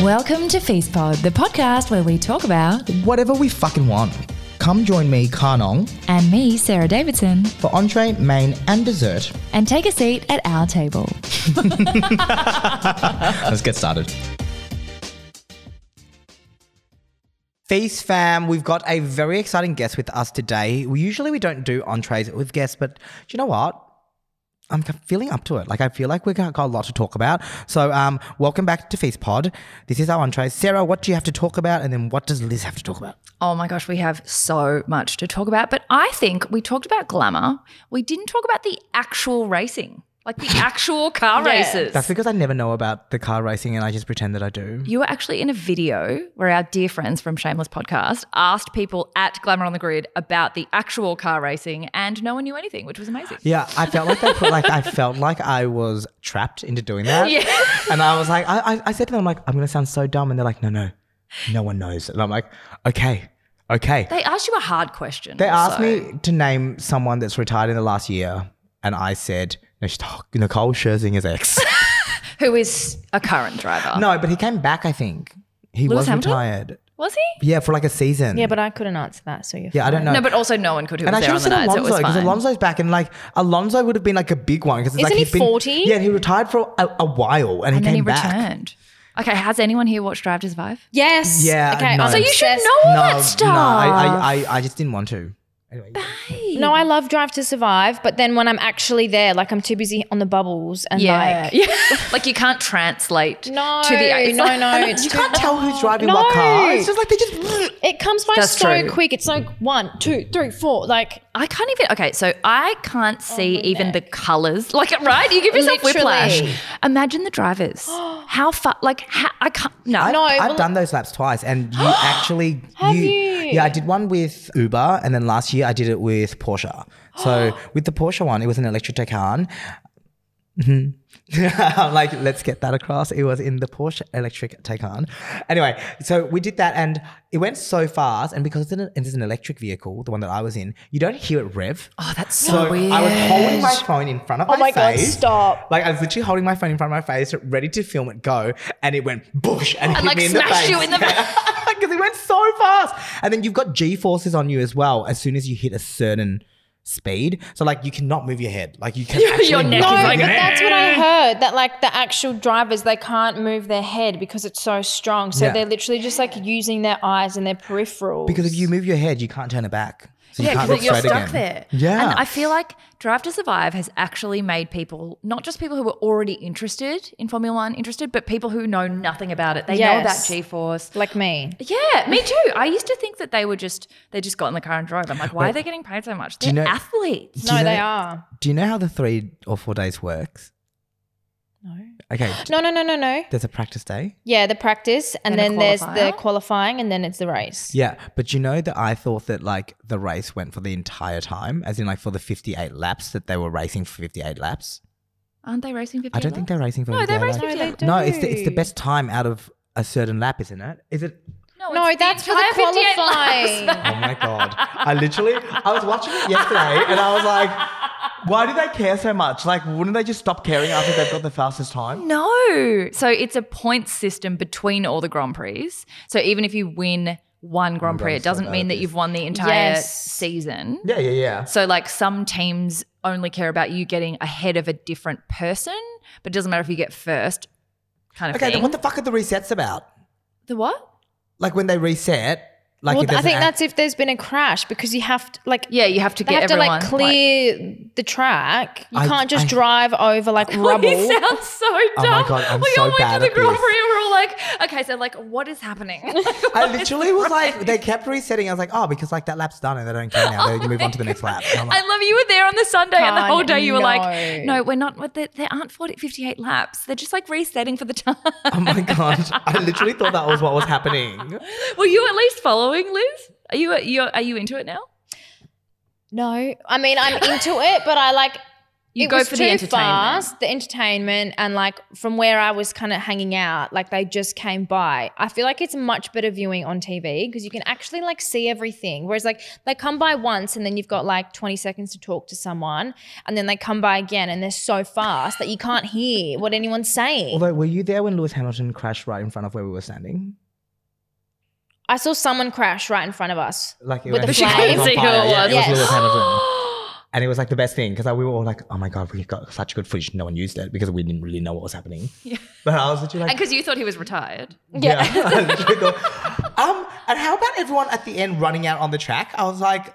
Welcome to Feast Pod, the podcast where we talk about whatever we fucking want. Come join me, Karnong, and me, Sarah Davidson, for entree, main, and dessert. and take a seat at our table. Let's get started. Feast fam, we've got a very exciting guest with us today. We usually we don't do entrees with guests, but do you know what? I'm feeling up to it. Like I feel like we've got got a lot to talk about. So, um, welcome back to Feast Pod. This is our entrees. Sarah, what do you have to talk about, and then what does Liz have to talk about? Oh my gosh, we have so much to talk about. But I think we talked about glamour. We didn't talk about the actual racing, like the actual car races. That's because I never know about the car racing, and I just pretend that I do. you were actually in a video where our dear friends from Shameless Podcast asked people at Glamour on the Grid about the actual car racing, and no one knew anything, which was amazing. Yeah, I felt like they put like I felt like I was trapped into doing that. Yeah. And I was like, I, I, I said to them, I'm like, I'm gonna sound so dumb, and they're like, No, no, no one knows. And I'm like, Okay, okay. They, They asked you a hard question. asked also. me to name someone that's retired in the last year, and I said, No, she's- oh, Nicole Scherzinger's ex. who is a current driver. no, but he came back. I think he Lewis was Hamilton? retired. Was he? Yeah, for like a season. Yeah, but I couldn't answer that. So you're yeah, I don't know. No, but also no one could who and was I should there have said on the night. So it Alonso was because fine. Alonso's back, and like Alonso would have been like a big one because like Isn't he he'd been- 40? Yeah, and he retired for a, a while, and, and he then came he back. returned. Okay, has anyone here watched Drive to Survive? Yes. Yeah, Okay. no. I'm So you should obsessed. know all that No, stuff. I, I, I, I just didn't want to. Anyway, No, I love Drive to Survive, but then when I'm actually there, like I'm too busy on the bubbles and like yeah. like you can't translate no, to the it's no, like- no, it's you too- can't tell who's driving what No. car. It's just like they just. It comes by That's so true. quick. It's like one, two, three, four. Like I can't even. Okay, so I can't see even the colors. Like, right? You give yourself Literally. whiplash. Imagine the drivers. how far? Like, how, I can't. No. no, I've well, done those laps twice, and you actually Have you? Yeah, I did one with Uber, and then last year I did it with Porsche. So with the Porsche one, it was an electric Taycan. Mhm. I'm like, let's get that across. It was in the Porsche electric Taycan. Anyway, so we did that, and it went so fast. And because it's an, it is an electric vehicle, the one that I was in, you don't hear it rev. Oh, that's so, So weird. I was holding my phone in front of oh my, my god, face. stop. Like I was literally holding my phone in front of my face, ready to film it go, and it went boosh and, hit like, me in the smashed face. you in the back. because it went so fast. And then you've got G forces on you as well. As soon as you hit a certain speed, so like you cannot move your head. Like you can. Your actually neck not is No, move like but your head. that's what I heard. That like the actual drivers, they can't move their head because it's so strong. So Yeah. they're literally just like using their eyes and their peripherals. because if you move your head, you can't turn it back. So you yeah, can't look because you're straight stuck again. there. Yeah. And I feel like Drive to Survive has actually made people, not just people who were already interested in Formula One interested, but people who know nothing about it. They know about Yes. G Force. like me. Yeah, me too. I used to think that they were just they just got in the car and drove. I'm like, why are they getting paid so much? They're you know- athletes. Do you No, know- they are. Do you know how the three or four days works? No. Okay. No, no, no, no, no. There's a practice day. Yeah, the practice, and Then then, a there's qualifier. the qualifying, and then it's the race. Yeah, but you know that I thought that like the race went for the entire time, as in like for the 58 laps that they were racing for 58 laps. Aren't they racing 50? I don't think they're racing for No, they 58 race laps. for- No, they No, it's the, it's the do. best time out of a certain lap, isn't it? Is it? No, that's for the qualifying. Oh my god! I literally I was watching it yesterday and I was like, why do they care so much? Like, wouldn't they just stop caring after they've got the fastest time? No. So it's a points system between all the Grand Prix. So even if you win one Grand Prix, I'm it so doesn't bad mean at that this. you've won the entire Yes. season. Yeah, yeah, yeah. So like some teams only care about you getting ahead of a different person, but it doesn't matter if you get first kind of Okay, then thing. what the fuck are the resets about? the what? Like when they reset, like well, if there's I think an ac- that's if there's been a crash because you have to like Yeah, you have to they get have to everyone like clear the track. You I- can't just I- drive over like rubble. He sounds so dumb. Oh my God, I'm we so all went bad to the at Grand this. Prix and we're all like, okay, so like, what is happening? I literally was like, they kept resetting. I was like, oh, because like that lap's done and they don't care now. Oh They move on to the next lap. And I'm I like, love you were there on the Sunday and the Can't- whole day you were like, no. no, we're not, we're- there, there aren't 40, 58 laps. They're just like resetting for the time. oh my god! I literally thought that was what was happening. were you at least following, Liz? Are you, you're, are you into it now? No, I mean I'm into it, but I like You it go was for too the entertainment. fast, the entertainment, and like from where I was kind of hanging out, like they just came by. I feel like it's much better viewing on TV because you can actually like see everything. Whereas like they come by once and then you've got like 20 seconds to talk to someone, and then they come by again and they're so fast that you can't hear what anyone's saying. Although, were you there when Lewis Hamilton crashed right in front of where we were standing? I saw someone crash right in front of us. Like it With was the actually- it flames? was on She couldn't see who fire. it Yeah, was. it was Yes. Lewis Hamilton. And it was like the best thing because we were all like, "Oh my god, we got such good footage. No one used it because we didn't really know what was happening." But I was literally like, And because you thought he was retired. Yeah. I literally thought, um, and how about everyone at the end running out on the track? I was like,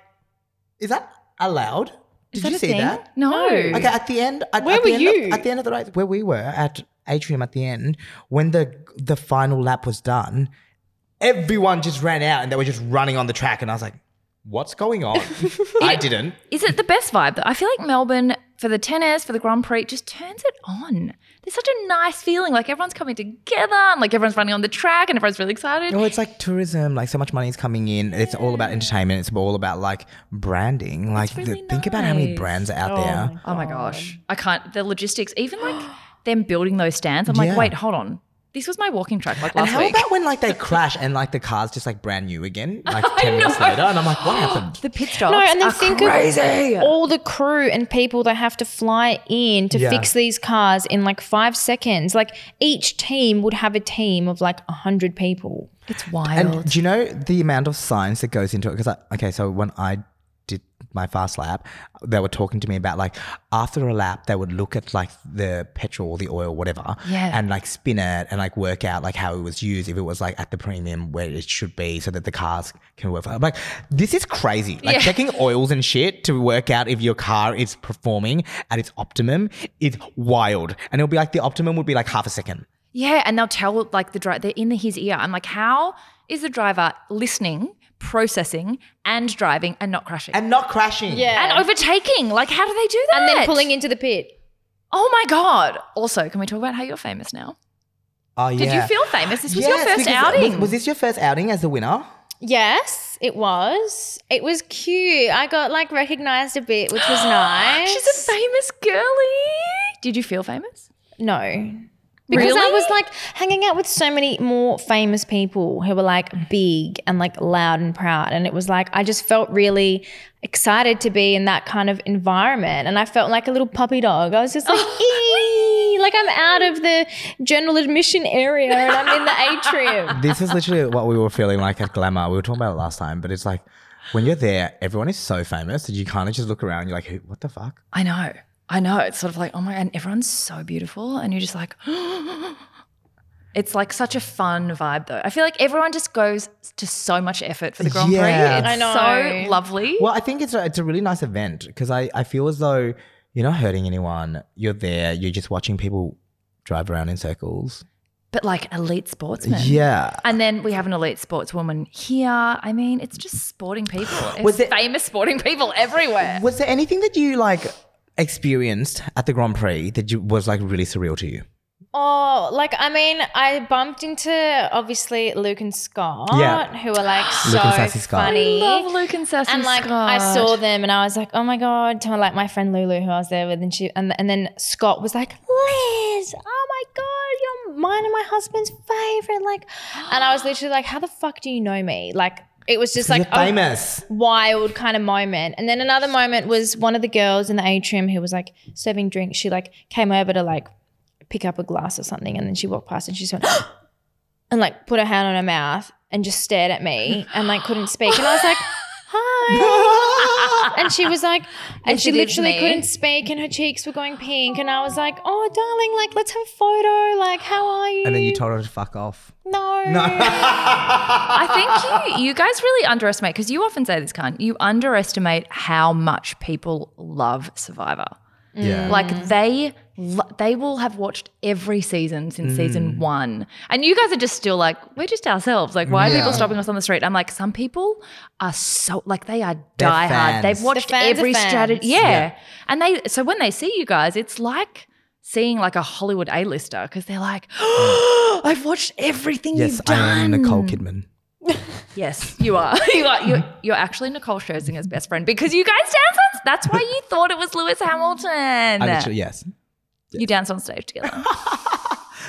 is that allowed? Did that you a see thing? that? No. Okay, at the end, at, Where at the were end you? Of, at the end of the race, where we were at atrium at the end, when the the final lap was done, everyone just ran out and they were just running on the track, and I was like, what's going on? I didn't. Is it the best vibe? though? I feel like Melbourne for the tennis, for the Grand Prix, just turns it on. There's such a nice feeling. Like everyone's coming together and like everyone's running on the track and everyone's really excited. No, Oh, it's like tourism. Like so much money is coming in. It's all about entertainment. It's all about like branding. Like really th- think about how many nice. brands are out there. Oh my gosh. I can't. The logistics, even like them building those stands, I'm Yeah. like, wait, hold on. This was my walking track like And last how week. about when like they crash and like the car's just like brand new again, like ten minutes know. later, and I'm like, what happened? the pit stops No, and then are think crazy. of all the crew and people that have to fly in to Yeah. fix these cars in like five seconds. Like each team would have a team of like a hundred people. it's wild. And do you know the amount of science that goes into it? Because okay, so when I did my fast lap, they were talking to me about like after a lap, they would look at like the petrol, the oil, whatever, Yeah. and like spin it and like work out like how it was used, if it was like at the premium where it should be, so that the cars can work. I'm like, this is crazy. Like Yeah. checking oils and shit to work out if your car is performing at its optimum is wild. And it'll be like the optimum would be like half a second. yeah, and they'll tell like the driver, they're in his ear. I'm like, how is the driver listening, processing, and driving and not crashing? And not crashing. and overtaking. Like, how do they do that? And then pulling into the pit. Oh my god! Also, can we talk about how you're famous now? Oh, Did yeah. you feel famous? This was Yes, your first because- outing. Was, was this your first outing as the winner? Yes, it was. It was cute. I got like recognized a bit, which was nice. She's a famous girly. Did you feel famous? no. Because I Really? was like hanging out with so many more famous people who were like big and like loud and proud. And it was like, I just felt really excited to be in that kind of environment. And I felt like a little puppy dog. I was just like, "Ee," like I'm out of the general admission area and I'm in the atrium. This is literally what we were feeling like at Glamour. We were talking about it last time, but it's like when you're there, everyone is so famous that you kind of just look around. And you're like, "Who- what the fuck? I know. I know. It's sort of like, oh my, and everyone's so beautiful, and you're just like, it's like such a fun vibe, though. I feel like everyone just goes to so much effort for the Grand Yeah. Prix. I It's know. so lovely. Well, I think it's a, it's a really nice event because I, I feel as though you're not hurting anyone. You're there. You're just watching people drive around in circles. But like elite sportsmen. Yeah. And then we have an elite sportswoman here. I mean, it's just sporting people. Was It's it- famous sporting people everywhere. Was there anything that you like experienced at the Grand Prix that you, was like really surreal to you? Oh, like I mean, I bumped into obviously Luke and Scott, Yeah. who are like so Luke and Sassy Scott. I funny. Love Luke and Sassy and like I saw them and I was like, oh my god, to like my friend Lulu who I was there with, and she and, and then Scott was like, Liz, oh my god, you're mine and my husband's favorite, like, and I was literally like, how the fuck do you know me? Like it was just like oh. oh, you're a famous. wild kind of moment. And then another moment was one of the girls in the atrium who was like serving drinks. She like came over to like pick up a glass or something, and then she walked past and she just went and like put her hand on her mouth and just stared at me and like couldn't speak. And I was like. Hi. And she was like, and she it is literally me. couldn't speak, and her cheeks were going pink. And I was like, oh, darling, like, let's have a photo. Like, how are you? And then you told her to fuck off. no. I think you, you guys really underestimate because you often say this, Khan. You underestimate how much people love Survivor. Yeah. Mm. Like they lo- they will have watched every season since Mm. season one, and you guys are just still like we're just ourselves. Like why are people stopping us on the street? I'm like some people are so like they are They're diehard. fans. They've watched fans are every fans. strategy. Yeah. and they so when they see you guys, it's like. Seeing like a Hollywood A-lister because they're like, "Oh, I've watched everything yes, you've done. I am Nicole Kidman. Yes, you are. you are. You're, you're actually Nicole Scherzinger's best friend because you guys danced on. That's why you thought it was Lewis Hamilton. I literally, yes. You danced on stage together.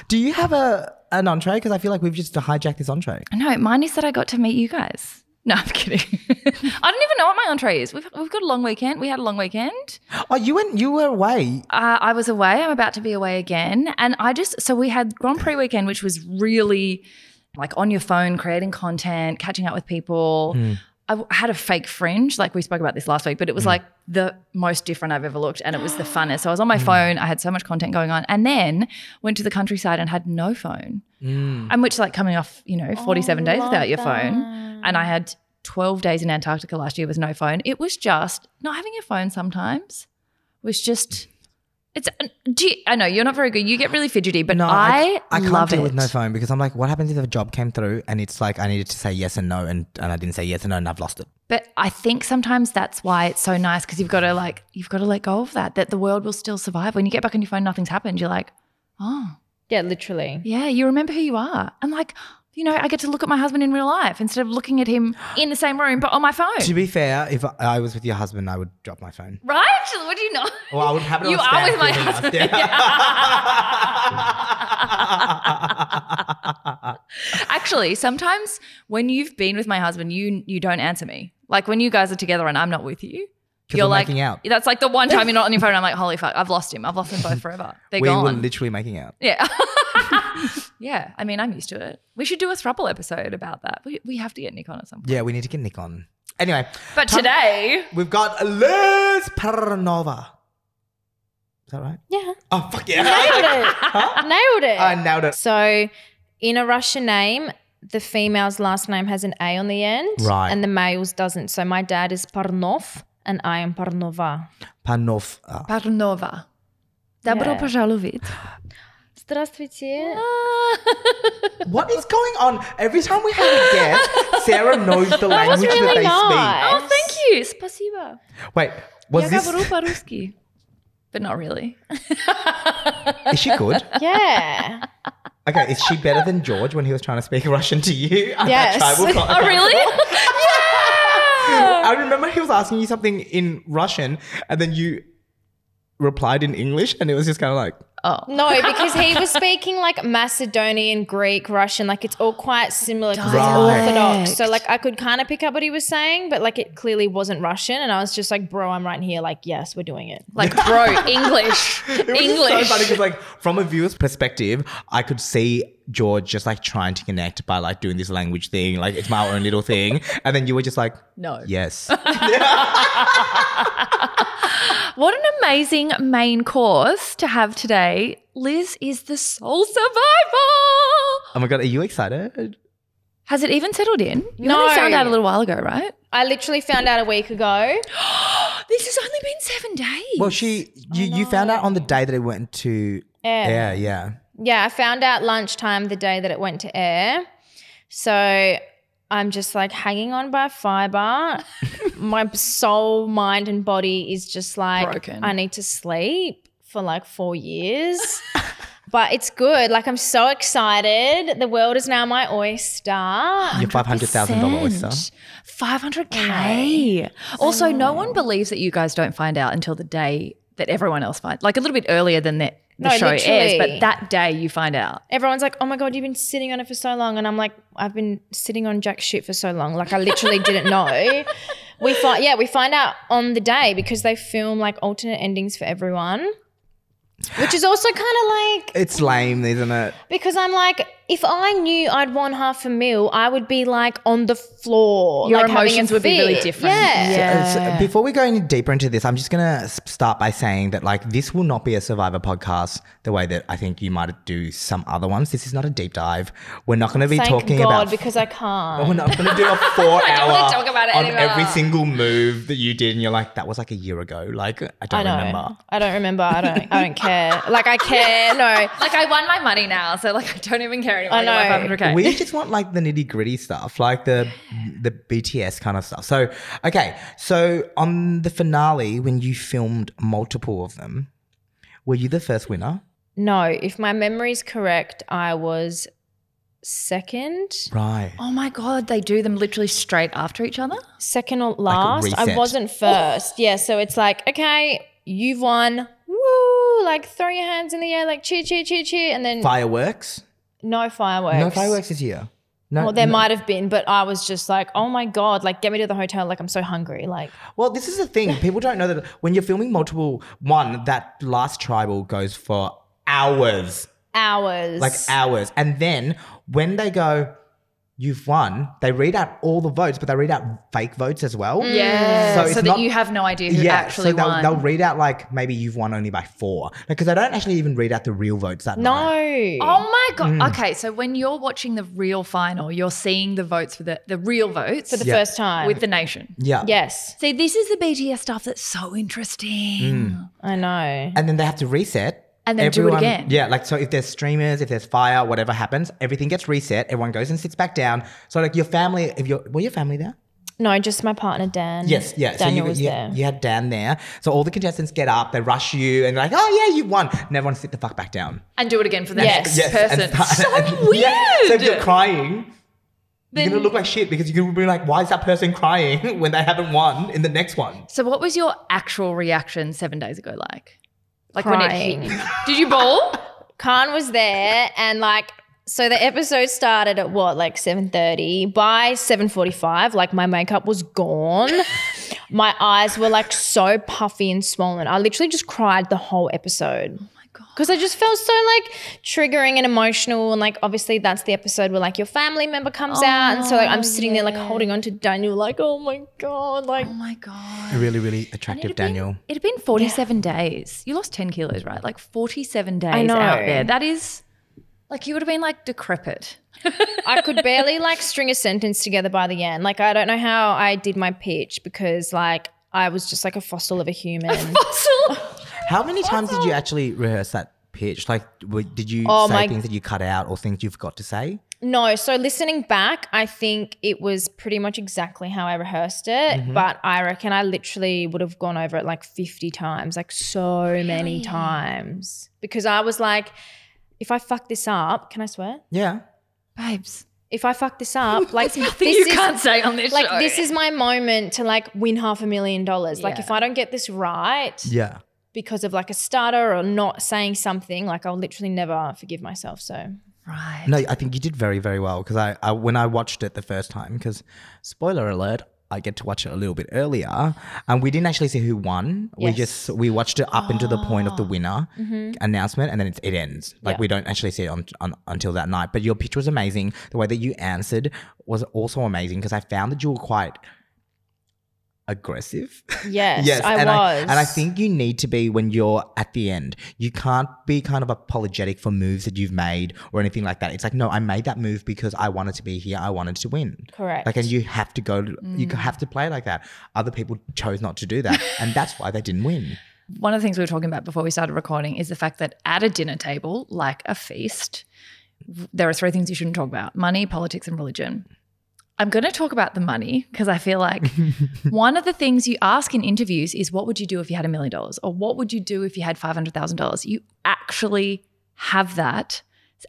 Do you have a an entree? Because I feel like we've just hijacked this entree. no, mine is that I got to meet you guys. No, I'm kidding. I don't even know what my entree is. We've, we've got a long weekend. We had a long weekend. Oh, you went. You were away. uh, I was away. I'm about to be away again. And I just, so we had Grand Prix weekend, which was really like on your phone, creating content, catching up with people. Mm. I w- had a fake fringe, like we spoke about this last week, but it was like the most different I've ever looked and it was the funnest. So I was Mm. on my phone, I had so much content going on, and then went to the countryside and had no phone. Mm. And which, like, coming off, you know, 47 days without your phone. And I had 12 days in Antarctica last year with no phone. It was just not having your phone sometimes was just. It's uh, do you, I know you're not very good. You get really fidgety, but I, I can't love deal it. with no phone because I'm like, what happens if a job came through and it's like I needed to say yes and no and, and I didn't say yes and no and I've lost it. But I think sometimes that's why it's so nice because you've got to like you've got to let go of that. That the world will still survive. When you get back on your phone, nothing's happened. You're like, oh Yeah, literally. yeah, you remember who you are, and like you know, I get to look at my husband in real life instead of looking at him in the same room but on my phone. To be fair, if I, I was with your husband, I would drop my phone. right? What do you know? Well, I would have it You on are stand with my for everyone else. husband. Yeah. Actually, sometimes when you've been with my husband, you you don't answer me. Like when you guys are together and I'm not with you, we're you're like making out. That's like the one time you're not on your phone. I'm like, holy fuck, I've lost him. I've lost them both forever. They're we were gone. literally making out. yeah. yeah. I mean, I'm used to it. We should do a throuple episode about that. We, we have to get Nick on at some point. Yeah, we need to get Nick on. Anyway, But today, we've got Liz Paranova. Is that right? Yeah. Oh, fuck yeah. Nailed it. Nailed it. I nailed it. So, in a Russian name, the female's last name has an A on the end, Right. And the male's doesn't. So my dad is Parnov, and I am Parnova. Panov. uh, Parnova. Добро Yeah. пожаловать. Здравствуйте. What is going on? Every time we have a guest, Sarah knows the language that, really they nice. Oh, thank you. Спасибо. speak. Wait, Я was говорю this? по-русски. But not really. Is she good? Yeah. Okay, is she better than George when he was trying to speak Russian to you? at that Yes. tribal con- Oh, really? I remember he was asking you something in Russian, and then you replied in English, and it was just kind of like, No, because he was speaking like Macedonian, Greek, Russian. Like it's all quite similar because Right. it's Orthodox. So like I could kind of pick up what he was saying, but like it clearly wasn't Russian. And I was just like, bro, I'm right here. Like, yes, we're doing it. Like, bro, English. it was just English. so funny because, like, from a viewer's perspective, I could see George just like trying to connect by like doing this language thing, like it's my own little thing, and then you were just like, No. yes. What an amazing main course to have today. Liz is the sole survivor. Oh my god, are you excited? Has it even settled in? You No. only found out a little while ago, right? I literally found out a week ago. This has only been seven days. Well, she you, you found out on the day that it went to Yeah. yeah yeah. Yeah, I found out lunchtime the day that it went to air. So I'm just like hanging on by a fiber. My soul, mind, and body is just like, Broken. I need to sleep for like four years. but it's good. Like, I'm so excited. The world is now my oyster. Your five hundred thousand dollar oyster. 500K. Also, no one believes that you guys don't find out until the day that everyone else finds, like a little bit earlier than that. The No, show airs, literally. but that day you find out. Everyone's like, oh my God, you've been sitting on it for so long. And I'm like, I've been sitting on jack shit for so long. Like, I literally didn't know. We find, yeah, we find out on the day because they film like alternate endings for everyone, which is also kind of like, It's lame, isn't it? because I'm like, if I knew I'd won half a meal, I would be like on the floor. Your like, having a emotions would be really fit. different. Yeah. Uh, So- so before we go any deeper into this, I'm just gonna s- start by saying that like this will not be a Survivor podcast the way that I think you might do some other ones. This is not a deep dive. We're not gonna be Thank talking God about. because I can't. we're not gonna do a four hour talk about it on anymore. every single move that you did, and you're like, that was like a year ago. Like I don't I know. remember. I don't remember. I don't. I don't care. Like I care. No. Like I won my money now, so like I don't even care anymore. I got know. my 500K. We just want like the nitty gritty stuff, like the the BTS kind of stuff. So okay, so on the finale, when you filmed multiple of them, were you the first winner? No, if my memory's correct, I was second, Right. Oh my God, they do them literally straight after each other? second or last. I reset. wasn't first. yeah, so it's like, okay, you've won. Woo! Like throw your hands in the air, like cheer, cheer, cheer, cheer, and then Oh. Fireworks? no fireworks. No fireworks this year. No. Well, there no- might have been, but I was just like, oh my god, like get me to the hotel, like I'm so hungry, like Well, this is the thing. People don't know that when you're filming multiple one, that last tribal goes for hours, hours. like hours, and then when they go, "You've won," they read out all the votes, but they read out fake votes as well. Yeah. So So, it's that not- you have no idea who Yeah, actually so they'll, won. they'll read out like maybe you've won only by four because they don't actually even read out the real votes that no. night. Oh my god! Mm. Okay, so when you're watching the real final, you're seeing the votes for the the real votes For the Yeah. first time. with the nation. Yeah, yes. See, this is the BTS stuff that's so interesting. Mm. I know. and then they have to reset. And then do it again. Yeah, like so if there's streamers, if there's fire, whatever happens, everything gets reset. Everyone goes and sits back down. So like your family, if your were your family there? No, just my partner Mm-hmm. Dan. Yes, yeah. so you, Daniel was you, there. you had Dan there. So all the contestants get up, they rush you, and they're like, oh yeah, you won. And everyone sit the fuck back down. And do it again for the Yes. next person. and- so weird. Yeah, so if you're crying, Then- you're gonna look like shit because you're gonna be like, why is that person crying when they haven't won in the next one? so what was your actual reaction seven days ago like? Like when it Crying. hit. you? Did you bawl? Khan was there and like so the episode started at what like 7:30 by 7:45 like my makeup was gone my eyes were like so puffy and swollen I literally just cried the whole episode because I just felt so like triggering and emotional, and like obviously that's the episode where like your family member comes out, and so like I'm sitting there like holding on to Daniel, like oh my god, like oh my god. Really, really It attractive had been- It had been 47 days. You lost 10 kilos, right? Like 47 days know. out there. That is like you would have been like decrepit. I could barely like string a sentence together by the end. Like I don't know how I did my pitch because like I was just like a fossil of a human. How many times did you actually rehearse that pitch? Like, w- did you Oh, say my- things that you cut out or things you forgot to say? no, so listening back, I think it was pretty much exactly how I rehearsed it, Mm-hmm. but I reckon I literally would have gone over it like 50 times, like so many times because I was like if I fuck this up, can I swear? Yeah. Babes. If I fuck this up, like Thing this you is- can't say on this like show. this is my moment to like win half a million dollars. Like Yeah. if I don't get this right, Yeah. because of like a stutter or not saying something, like I'll literally never forgive myself. So right. No, I think you did very, very well because I, I, when I watched it the first time, because spoiler alert, I get to watch it a little bit earlier, and we didn't actually see who won. We Yes. just we watched it up until the point of the winner announcement, and then it, it ends. Like we don't actually see it on, on until that night. But your pitch was amazing. The way that you answered was also amazing because I found that you were quite aggressive. yes, I and was. and I think you need to be when you're at the end. You can't be kind of apologetic for moves that you've made or anything like that. It's like, no, I made that move because I wanted to be here. I wanted to win. Correct. Mm. Like, and you have to go. You have to play like that. Other people chose not to do that, and that's why they didn't win. One of the things we were talking about before we started recording is the fact that at a dinner table, like a feast, there are three things you shouldn't talk about money, politics, and religion. I'm going to talk about the money because I feel like one of the things you ask in interviews is what would you do if you had a million dollars or what would you do if you had $500,000? You actually have that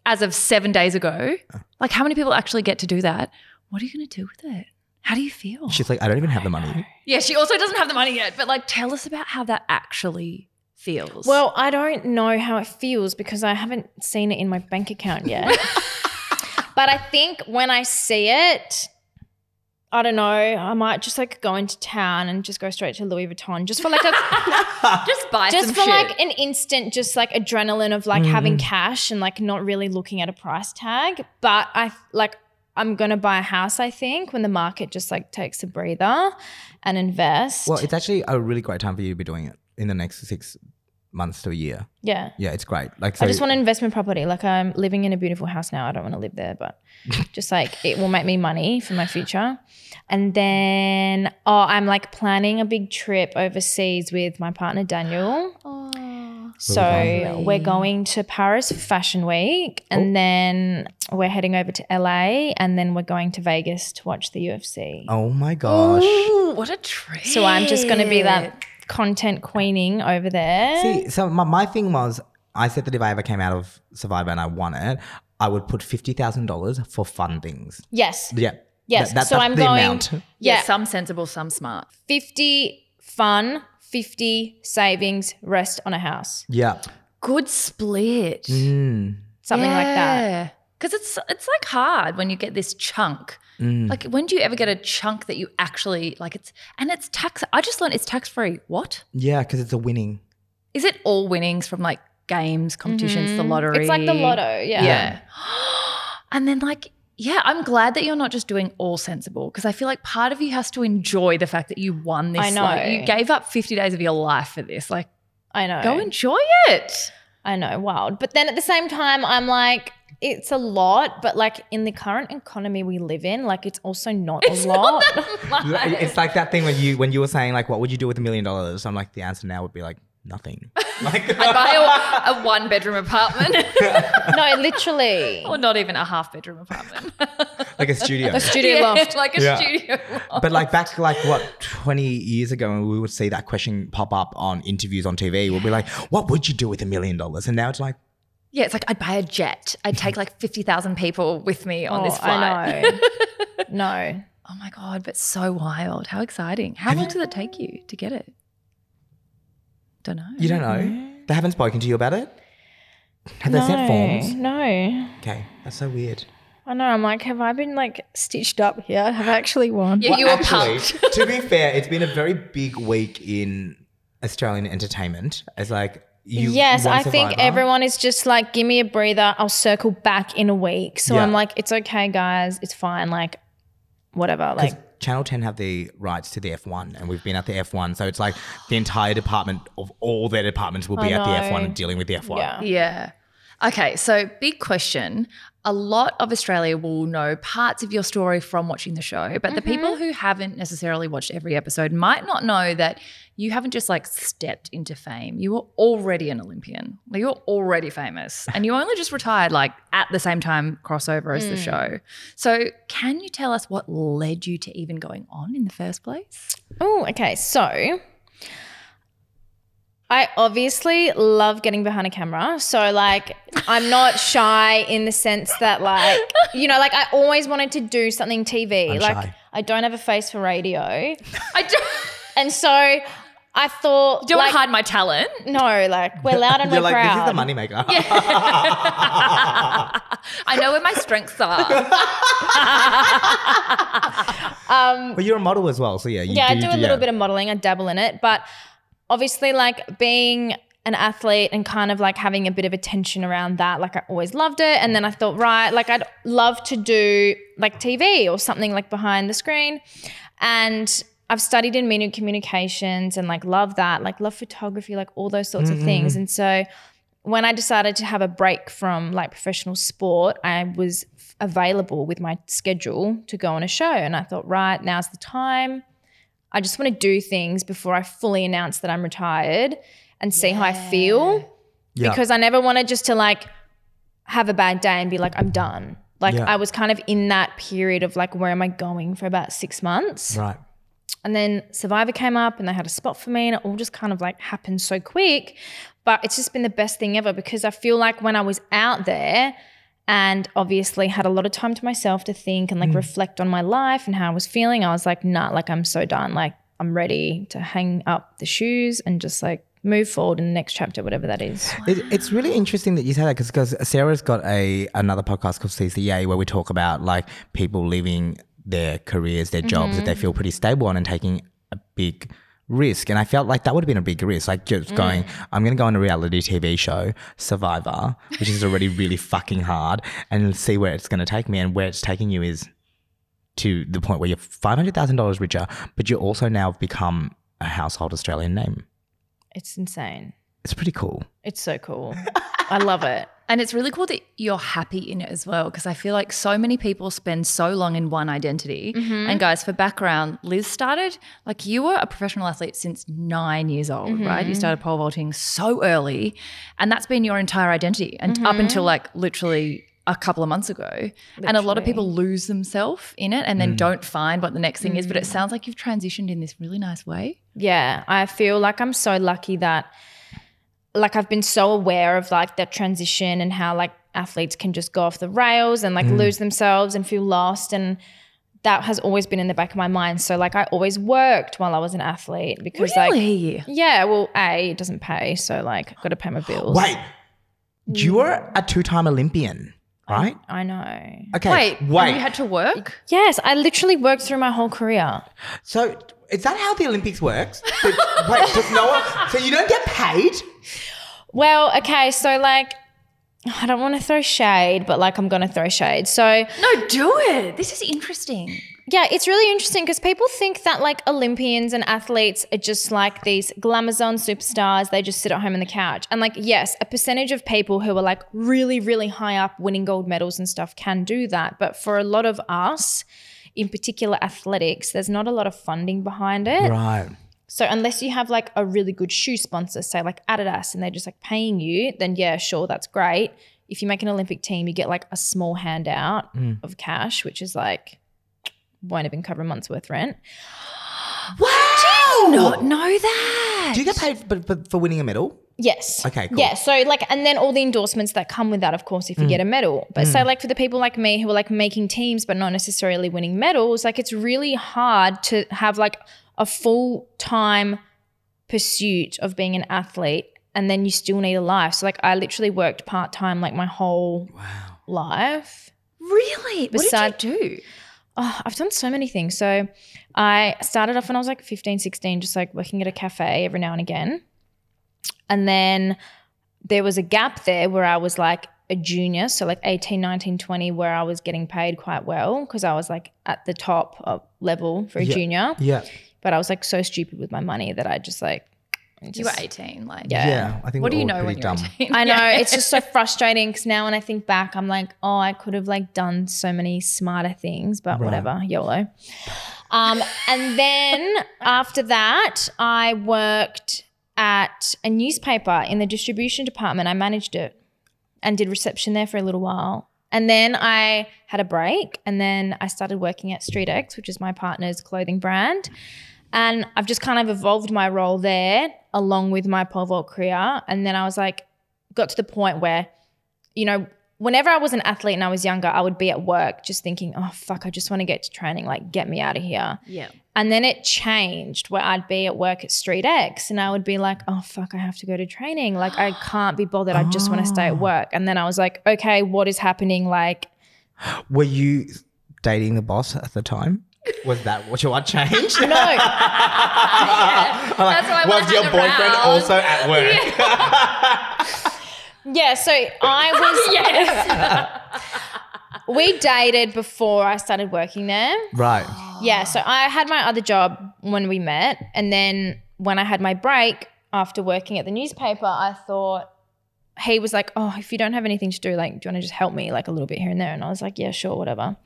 as of seven days ago. Like, how many people actually get to do that? What are you going to do with it? How do you feel? She's like, I don't even have the money. Yeah, she also doesn't have the money yet, but like, tell us about how that actually feels. well, I don't know how it feels because I haven't seen it in my bank account yet. but I think when I see it, I don't know. I might just like go into town and just go straight to Louis Vuitton just for like a just buy just some for shit. like an instant just like adrenaline of like having Mm-hmm. cash and like not really looking at a price tag but i like i'm gonna buy a house i think when the market just like takes a breather and invest Well, it's actually a really great time for you to be doing it in the next six months to a year. yeah Yeah, it's great. Like, I just want an investment property. Like I'm living in a beautiful house now. I don't want to live there, but just like it will make me money for my future. And then oh, I'm like planning a big trip overseas with my partner Daniel. So we're going to Paris for Fashion Week, and Oh. then we're heading over to LA, and then we're going to Vegas to watch the UFC. Oh my gosh. Ooh, what a treat. So I'm just going to be that content queening over there. See, so my, my thing was, I said that if I ever came out of Survivor and I won it, I would put fifty thousand dollars for fun things. Yes. Yeah. Yes. That- that- so that's I'm the going. amount. Yeah. Some sensible, some smart. 50 fun, 50 savings, rest on a house. Yeah. Good split. Mm. Something like that. Because Mm-hmm. it's it's like hard when you get this chunk. Mm. mm. Like when do you ever get a chunk that you actually like? It's and it's tax. I just learned it's tax free. What Yeah, because it's a winning. is it? All winnings from like games, competitions, the Mhm. lottery. It's like the lotto. Yeah. Yeah. and then like. Yeah, I'm glad that you're not just doing all sensible because I feel like part of you has to enjoy the fact that you won this. I know. like, you gave up 50 days of your life for this. Like, I know. go enjoy it. I know. Wild. But then at the same time, I'm like, it's a lot, but like in the current economy we live in, like it's also not a lot. It's like that thing when you when you were saying like, what would you do with a million dollars? I'm like, the answer now would be like nothing. Like Buy a, a one bedroom apartment no, literally. or not even a half bedroom apartment. like a studio. A studio loft. like a Yeah. studio loft. But like back like what twenty years ago, we would see that question pop up on interviews on TV. We'll be like, "What would you do with a million dollars?" And now it's like, Yeah, it's like I'd buy a jet. I'd take like 50,000 people with me on this Oh, flight. I know. no. Oh my God, but so wild. How exciting. How long did it take you to get it? Don't know. you don't know. They haven't spoken to you about it. Have they sent forms? No. Okay, that's so weird. I know. I'm like, have I been like stitched up here? Have I actually won? Yeah, you were Actually, pumped. to be fair, it's been a very big week in Australian entertainment. It's like you. yes, won I think Survivor. everyone is just like, give me a breather. I'll circle back in a week. So Yeah. I'm like, it's okay, guys. It's fine. Like, whatever. 'Cause Like, Channel 10 have the rights to the F1, and we've been at the F1. So it's like the entire department of all their departments will be I at the know. F1 and dealing with the F1. yeah. Yeah. Okay, so big question. A lot of Australia will know parts of your story from watching the show, but the people who haven't necessarily watched every episode might not know that you haven't just like stepped into fame. You were already an Olympian. Like, You're already famous, and you only just retired like at the same time crossover as the show. So, can you tell us what led you to even going on in the first place? Oh, okay. So I obviously love getting behind a camera. So like I'm not shy in the sense that like you know, like I always wanted to do something TV. I'm like shy. I don't have a face for radio. I don't, And so I thought don't like, hide my talent. no, like we're loud and You're we're like, proud. this is the moneymaker. I know where my strengths are. but you're a model as well. So yeah, you yeah, do, I do a little bit of modeling. I dabble in it, but obviously, like being an athlete and kind of like having a bit of attention around that, like I always loved it. And then I thought, right, like I'd love to do like TV or something like behind the screen. And I've studied in media communications and like love that, like love photography, like all those sorts of Mm-hmm. things. And so when I decided to have a break from like professional sport, I was f- available with my schedule to go on a show. And I thought, right, now's the time. I just want to do things before I fully announce that I'm retired and see how I feel Yeah. because I never wanted just to like have a bad day and be like, I'm done. Like Yeah. I was kind of in that period of like, where am I going for about six months? Right. And then Survivor came up and they had a spot for me, and it all just kind of like happened so quick. But it's just been the best thing ever because I feel like when I was out there and obviously had a lot of time to myself to think and like reflect on my life and how I was feeling, I was like, nah, like I'm so done. Like I'm ready to hang up the shoes and just like move forward in the next chapter, whatever that is. It, it's really interesting that you say that because Sarah's got a another podcast called CCA where we talk about like people leaving their careers, their jobs that they feel pretty stable on and taking a big risk. And I felt like that would have been a big risk, like just going, I'm going to go on a reality TV show, Survivor, which is already really fucking hard, and see where it's going to take me. And where it's taking you is to the point where you're five hundred thousand dollars richer, but you also now have become a household Australian name. It's insane. It's pretty cool. It's so cool. I love it. And it's really cool that you're happy in it as well, because I feel like so many people spend so long in one identity. And guys, for background, Liz started like you were a professional athlete since nine years old, right? You started pole vaulting so early, and that's been your entire identity, and up until like literally a couple of months ago. And a lot of Literally. people lose themselves in it and then don't find what the next thing is. But it sounds like you've transitioned in this really nice way. Yeah, I feel like I'm so lucky that like I've been so aware of like that transition and how like athletes can just go off the rails and like lose themselves and feel lost and that has always been in the back of my mind. So like I always worked while I was an athlete because like Really? yeah, well, A, it doesn't pay, so like I've got to pay my bills. Wait, Mm. you were a two-time Olympian, right? I know. Okay. wait, and wait. You had to work? Yes, I literally worked through my whole career. so is that how the Olympics works? So- wait, does no one, so you don't get paid? Well, okay, so like I don't want to throw shade, but like I'm going to throw shade. So No, do it. This is interesting. Yeah, it's really interesting because people think that like Olympians and athletes are just like these glamazon superstars. They just sit at home on the couch. And like, yes, a percentage of people who are like really, really high up winning gold medals and stuff can do that. But for a lot of us, in particular athletics, there's not a lot of funding behind it. Right. So unless you have like a really good shoe sponsor, say like Adidas, and they're just like paying you, then yeah, sure, that's great. If you make an Olympic team, you get like a small handout of cash, which is like won't even cover a month's worth rent. Wow. Do you not know that? Do you get paid for, for, for winning a medal? Yes. Okay, cool. Mm. Yeah. So like, and then all the endorsements that come with that, of course, if you get a medal. But so like for the people like me who are like making teams but not necessarily winning medals, like it's really hard to have like a full time pursuit of being an athlete, and then you still need a life. So like, I literally worked part time like my whole Wow. life. Really? Beside- what did you do? Oh, I've done so many things. So I started off when I was like 15, 16, just like working at a cafe every now and again. And then there was a gap there where I was like a junior, so like 18, 19, 20, where I was getting paid quite well because I was like at the top of level for a Yeah. junior. Yeah. But I was like so stupid with my money that I just like. Just, You were 18. Like, Yeah. yeah. I think What do we're you all know when pretty you're dumb. 18? I know Yeah. it's just so frustrating because now when I think back, I'm like, oh, I could have like done so many smarter things, but Right. whatever, YOLO. Um, and then after that, I worked at a newspaper in the distribution department. I managed it and did reception there for a little while. And then I had a break, and then I started working at Street X, which is my partner's clothing brand. And I've just kind of evolved my role there along with my pole vault career. And then I was like, got to the point where, you know, whenever I was an athlete and I was younger, I would be at work just thinking, oh, fuck, I just want to get to training. Like, get me out of here. Yeah. And then it changed where I'd be at work at Street X and I would be like, oh, fuck, I have to go to training. Like, I can't be bothered. I just want to stay at work. And then I was like, okay, what is happening? Like, Were you dating the boss at the time? Was that what you want changed? no. That's why I wanna Was your hang boyfriend around. also at work? Yeah, so I was. yes. we dated before I started working there. Right. Yeah, so I had my other job when we met. And then when I had my break after working at the newspaper, I thought, he was like, Oh, if you don't have anything to do, like, do you want to just help me, like, a little bit here and there? And I was like, Yeah, sure, whatever.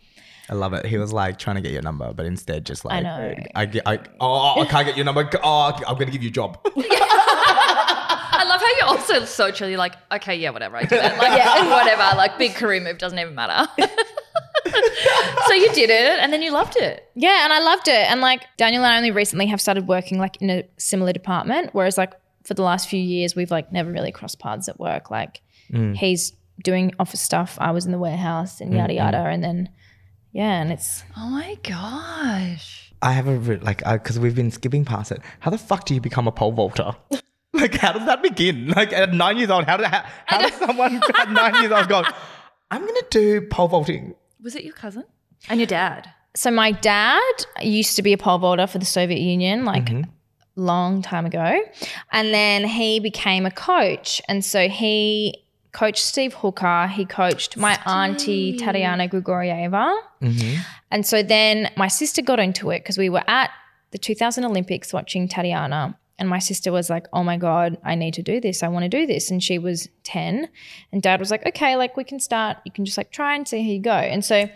I love it. He was like trying to get your number, but instead just like know. I, get- I, oh, I can't get your number. Oh, I'm gonna give you a job. I love how you're also so chilly, like, okay, yeah, whatever, I did it. Like, whatever, like, big career move doesn't even matter. so you did it and then you loved it. Yeah, and I loved it. And like Daniel and I only recently have started working like in a similar department, whereas like for the last few years we've like never really crossed paths at work. Like he's doing office stuff, I was in the warehouse and yada yada, and then yeah, and it's Oh my gosh. I have a re- like because we've been skipping past it. How the fuck do you become a pole vaulter? like how does that begin? Like at nine years old, how did how, how does someone at nine years old go? I'm gonna do pole vaulting. Was it your cousin? And your dad? so my dad used to be a pole vaulter for the Soviet Union, like long time ago. And then he became a coach. And so he coached Steve Hooker. He coached my auntie Tatiana Grigorieva. And so then my sister got into it because we were at the 2000 Olympics watching Tatiana. And my sister was like, oh my God, I need to do this. I want to do this. And she was 10. And dad was like, okay, like we can start. You can just like try and see how you go. And so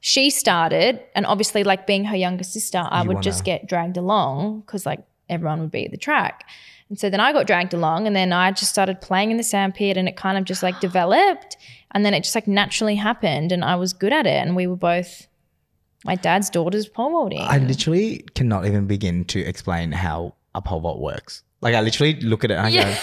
she started. And obviously, like being her younger sister, I You would wanna- just get dragged along because like everyone would be at the track. And so then I got dragged along and then I just started playing in the sandpit and it kind of just like developed. And then it just like naturally happened. And I was good at it. And we were both my dad's daughter's pole vaulting. I literally cannot even begin to explain how a pole vault works. Like I literally look at it and I go,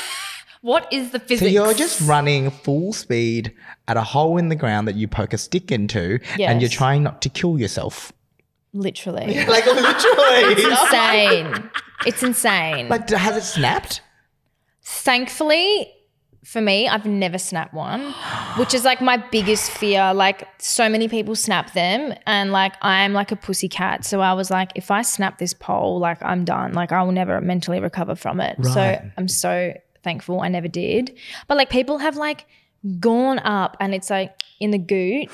What is the So physics? you're just running full speed at a hole in the ground that you poke a stick into, and you're Yes. trying not to kill yourself. Literally. Like literally. insane. It's insane. like has it snapped? Thankfully, for me, I've never snapped one, which is like my biggest fear. Like so many people snap them and like I'm like a pussy cat. So I was like, if I snap this pole, like I'm done. Like I will never mentally recover from it. Right. So I'm so thankful I never did. But like people have like gone up and it's like in the gooch.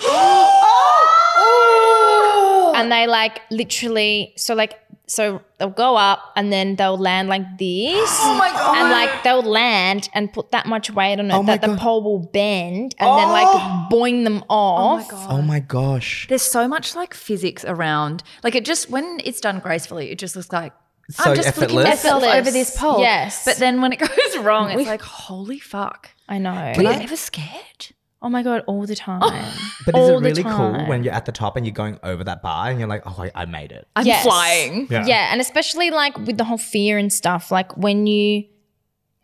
and they like literally so like so they'll go up and then they'll land like this. Oh my god. And like they'll land and put that much weight on it Oh my that the God. pole will bend and then like boing them off. Oh my gosh. There's so much like physics around. Like it just when it's done gracefully, it just looks like So I'm just flicking effortless. myself Effortless. over this pole. Yes. But then when it goes wrong, it's like, holy fuck. I know. Were you I- ever scared? oh my god, all the time. But is all it the really cool time. when you're at the top and you're going over that bar and you're like, oh, I, I made it. I'm Yes. flying. Yeah. and especially like with the whole fear and stuff, like when you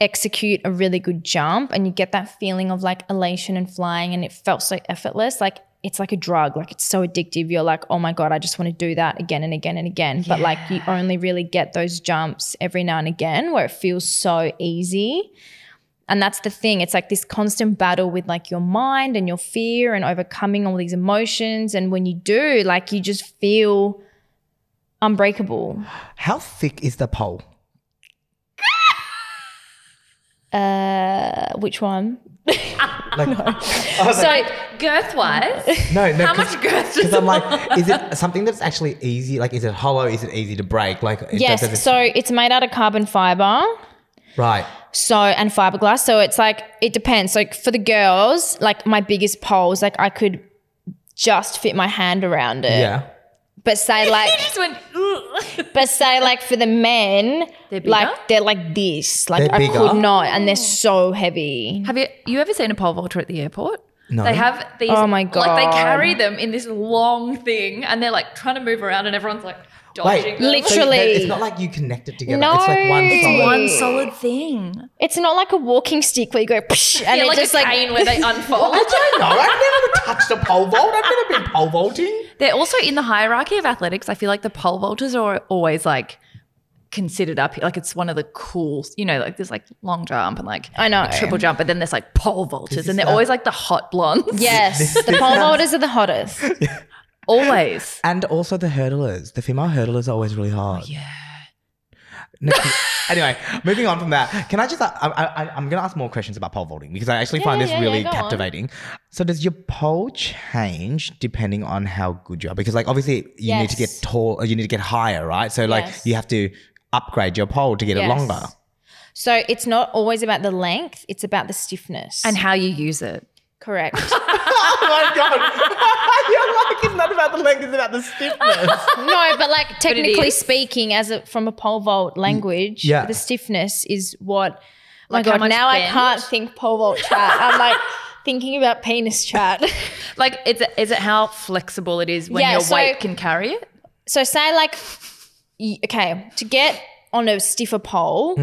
execute a really good jump and you get that feeling of like elation and flying and it felt so effortless, like it's like a drug, like it's so addictive. You're like, oh my God, I just want to do that again and again and again. But like you only really get those jumps every now and again where it feels so easy. And that's the thing. It's like this constant battle with like your mind and your fear and overcoming all these emotions. And when you do, like you just feel unbreakable. How thick is the pole? Uh, which one? Like, So girth wise, no, Oh, no. how Because much girth does I'm like, is it something that's actually easy? Like, is it hollow? Is it easy to break? Like, it yes. does it- so it's made out of carbon fiber. right. So and fiberglass. So it's like it depends. Like for the girls, like my biggest poles, like I could just fit my hand around it. Yeah. But say like, just went "Ugh." but say like for the men, They're bigger? Oh. like they're like this. Like They're I bigger? could not, and they're so heavy. Have you you ever seen a pole vaulter at the airport? No. They have these Oh my like God. they carry them in this long thing and they're like trying to move around and everyone's like Wait. dodging so them. Literally. that- it's not like you connect it together. No. It's like one It's solid. One solid thing. It's not like a walking stick where you go psh, and yeah, it like just a like cane where they unfold. I don't know. I've never touched a pole vault. I've never been pole vaulting. They're also in the hierarchy of athletics. I feel like the pole vaulters are always like considered up like it's one of the cool you know like there's like long jump and like I know. triple jump but then there's like pole vaulters is and they're that- always like the hot blondes Yes, the pole vaulters are the hottest. always And also the hurdlers. The female hurdlers are always really Oh, hard. yeah. anyway, moving on from that, can I just? I, I, I- I'm going to ask more questions about pole vaulting because I actually find yeah, this yeah, really yeah, go on. captivating. So, does your pole change depending on how good you are? Because, like, obviously, you need to get Yes. tall, you need to get higher, right? So, like, Yes. you have to upgrade your pole to get it Yes. longer. So it's not always about the length; it's about the stiffness. and how you use it correct. oh my god! You're like, it's not about the length; it's about the stiffness. no, but like technically is. speaking, as a, from a pole vault language, yeah. the stiffness is what. Like how my God, much now I bend? can't think pole vault chat. I'm like thinking about penis chat. like is it, is it how flexible it is when Yeah, your so- weight can carry it so say like, y- okay, to get on a stiffer pole.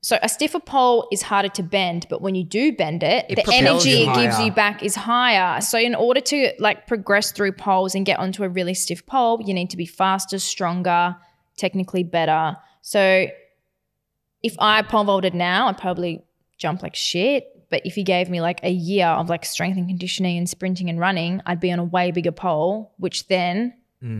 So a stiffer pole is harder to bend, but when you do bend it, the propels energy you it gives higher. you back is higher. So in order to like progress through poles and get onto a really stiff pole, you need to be faster, stronger, technically better. So if I pole vaulted now, I'd probably jump like shit. But if you gave me like a year of like strength and conditioning and sprinting and running, I'd be on a way bigger pole, which then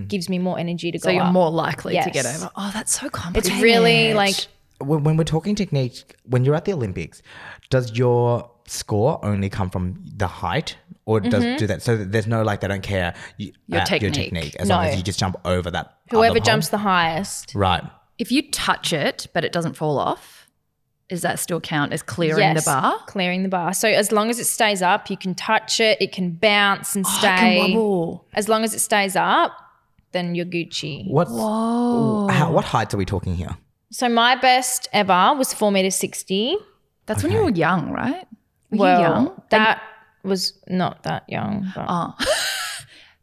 gives me more energy to so go you're up. more likely to get Yes. over oh that's so it's complicated really like when, when we're talking technique, when you're at the Olympics, does your score only come from the height, or does do that? So that there's no like they don't care you, Mm-hmm. Your your technique. technique as No. long as you just jump over that. whoever other pole? jumps the highest. right. if you touch it but it doesn't fall off does that still count as clearing Yes, the bar Clearing the bar. So as long as it stays up, you can touch it, it can bounce and Oh, it can stay. wobble. as long as it stays up, then you're Gucci. What? Whoa. How, what heights are we talking here? So my best ever was four meter sixty. That's when you were young, right? Were Well, you young? Oh, that was not that young. but-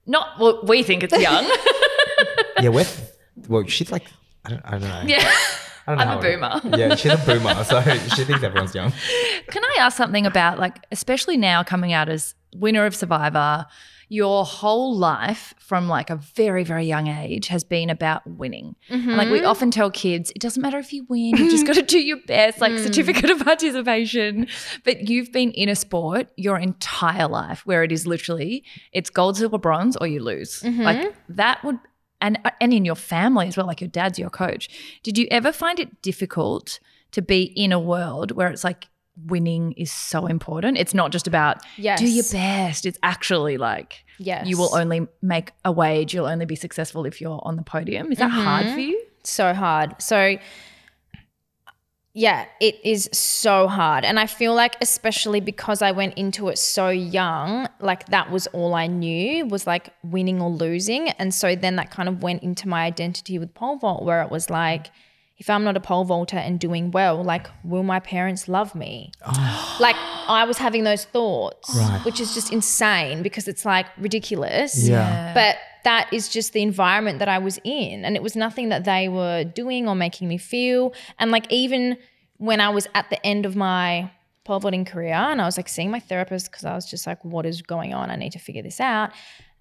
Not well, we think it's young. Yeah, we're well, she's like I don't, I don't know. yeah. I don't I'm know a how it- boomer. yeah, she's a boomer, so she thinks everyone's young. Can I ask something about like, especially now coming out as winner of Survivor, your whole life from like a very, very young age has been about winning. And, like we often tell kids, it doesn't matter if you win, you just got to do your best, like certificate of participation. But you've been in a sport your entire life where it is literally it's gold, silver, bronze, or you lose. Like that would and uh, and in your family as well, like your dad's your coach. Did you ever find it difficult to be in a world where it's like winning is so important? It's not just about Yes. do your best. It's actually like Yes. you will only make a wage. You'll only be successful if you're on the podium. Is that hard Mm-hmm. for you? so hard. So yeah, it is so hard. And I feel like especially because I went into it so young, like that was all I knew was like winning or losing. And so then that kind of went into my identity with pole vault where it was like if I'm not a pole vaulter and doing well, like will my parents love me? Like I was having those thoughts, which is just insane because it's like ridiculous. Yeah. But that is just the environment that I was in. And it was nothing that they were doing or making me feel. And like, even when I was at the end of my pole vaulting career and I was like seeing my therapist because I was just like, what is going on? I need to figure this out.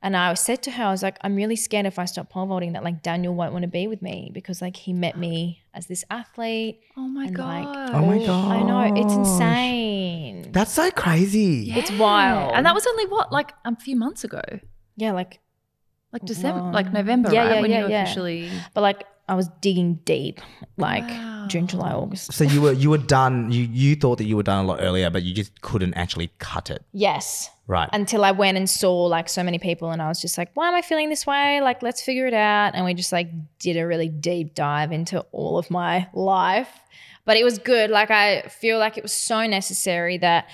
And I said to her, I was like, I'm really scared if I stop pole vaulting that like Daniel won't want to be with me because like he met me as this athlete. Oh my And, like, Oh my god. I know, it's insane. That's so crazy. It's wild. And that was only what like a few months ago, yeah, like like December, Wow. like November, Yeah, right? yeah, when yeah, you yeah. officially But like I was digging deep, like Wow. June, July, August. So you were you were done. You you thought that you were done a lot earlier, but you just couldn't actually cut it. Yes. Right. Until I went and saw like so many people and I was just like, why am I feeling this way? Like, let's figure it out. And we just like did a really deep dive into all of my life. But it was good. Like, I feel like it was so necessary that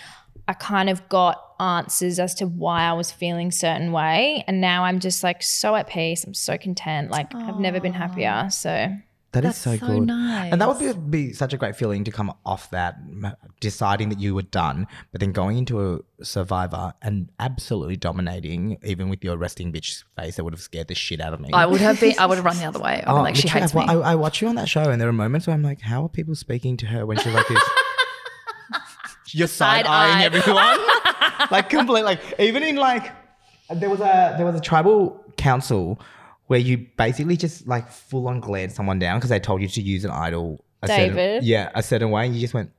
I kind of got answers as to why I was feeling certain way. And now I'm just like so at peace. I'm so content. Like, I've never been happier. So, That's so, so good. nice. And that would be, be such a great feeling to come off that, m- deciding that you were done, but then going into a survivor and absolutely dominating, even with your resting bitch face that would have scared the shit out of me. I would have been. I would have run the other way. I would Oh, like she literally, hates I, me. wa- I, I watch you on that show, and there are moments where I'm like, how are people speaking to her when she's like this? You're side eyeing Side-eye. everyone, like complete, like even in like there was a there was a tribal council where you basically just like full on glared someone down because they told you to use an idol. A David. certain, yeah, a certain way, and you just went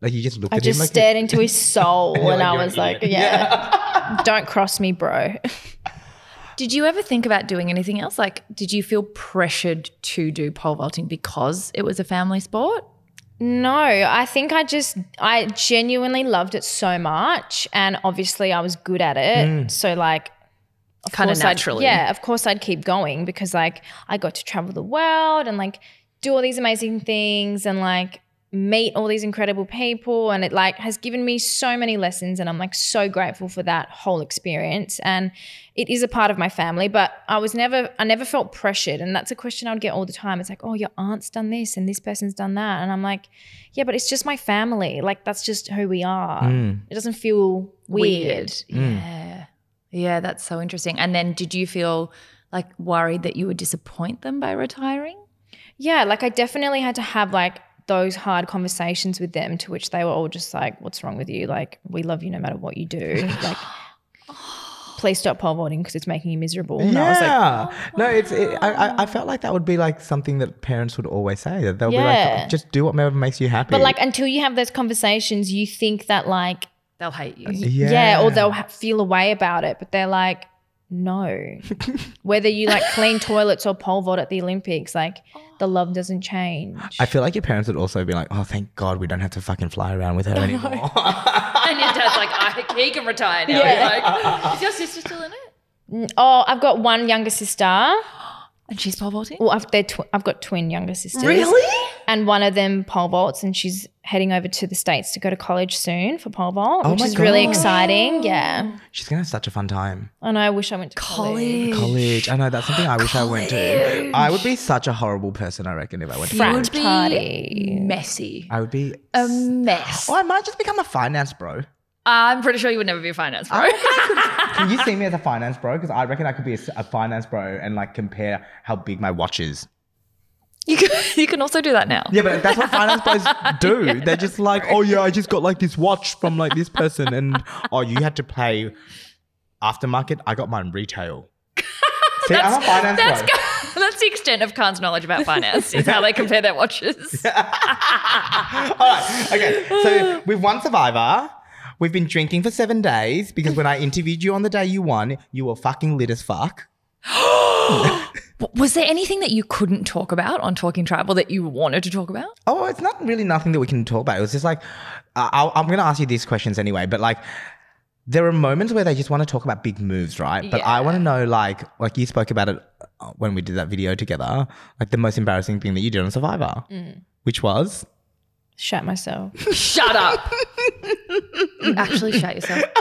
like you just looked I at just him like stared into his soul like and I you're an was like, idiot. yeah, don't cross me, bro. Did you ever think about doing anything else? Like, did you feel pressured to do pole vaulting because it was a family sport? No, I think I just, I genuinely loved it so much. And obviously I was good at it. So, like, of Kinda course I'd- naturally. yeah, of course I'd keep going because, like, I got to travel the world and, like, do all these amazing things and, like, meet all these incredible people and it like has given me so many lessons and I'm like so grateful for that whole experience and it is a part of my family but I was never I never felt pressured and that's a question I would get all the time it's like oh your aunt's done this and this person's done that and I'm like yeah but it's just my family like that's just who we are Mm. it doesn't feel weird, Yeah. Yeah, that's so interesting. And then did you feel like worried that you would disappoint them by retiring? yeah like I definitely had to have like those hard conversations with them to which they were all just like what's wrong with you like we love you no matter what you do like please stop pole vaulting because it's making you miserable and I was like "Oh Yeah. no, it's. It, I, I- I felt like that would be like something that parents would always say. That they'll be Yeah. like, just do whatever makes you happy. but like until you have those conversations you think that like They'll hate you. yeah, or they'll ha- feel a way about it but they're like no whether you like clean toilets or pole vault at the olympics like the love doesn't change I feel like your parents would also be like, "Oh, thank God we don't have to fucking fly around with her anymore." And your dad's like, I, he can retire now. Yeah. Like, is your sister still in it? oh i've got one younger sister And she's pole vaulting? well i've, they're tw- I've got twin younger sisters and one of them pole vaults and she's heading over to the states to go to college soon for pole vault Oh which my is really gosh. exciting yeah She's gonna have such a fun time. and i wish i went to college, College. I know that's something I wish I went to. I would be such a horrible person. I reckon if I went to. Frat college. would be party. Messy. I would be. A mess. Oh, I might just become a finance bro. I'm pretty sure you would never be a finance pro. Can you see me as a finance bro? Because I reckon I could be a, s- a finance bro and like compare how big my watch is. You can, you can also do that now. Yeah, but that's what finance bros do. They're just like, oh yeah, I just got like this watch from like this person, and oh, you had to pay aftermarket. I got mine retail. See, I'm a finance That's bro. go- that's the extent of Khan's knowledge about finance. Is how they compare their watches. All right, okay. So we've won Survivor. We've been drinking for seven days because when I interviewed you on the day you won, you were fucking lit as fuck. W- Was there anything that you couldn't talk about on Talking Tribal that you wanted to talk about? Oh, it's not really nothing that we can talk about. It was just like, I I'll, I'm going to ask you these questions anyway, but like, there are moments where they just want to talk about big moves, right? But I want to know, like, like you spoke about it uh, when we did that video together, like the most embarrassing thing that you did on Survivor, Mm. which was Shut myself. Shut up. you actually shut yourself. Babe.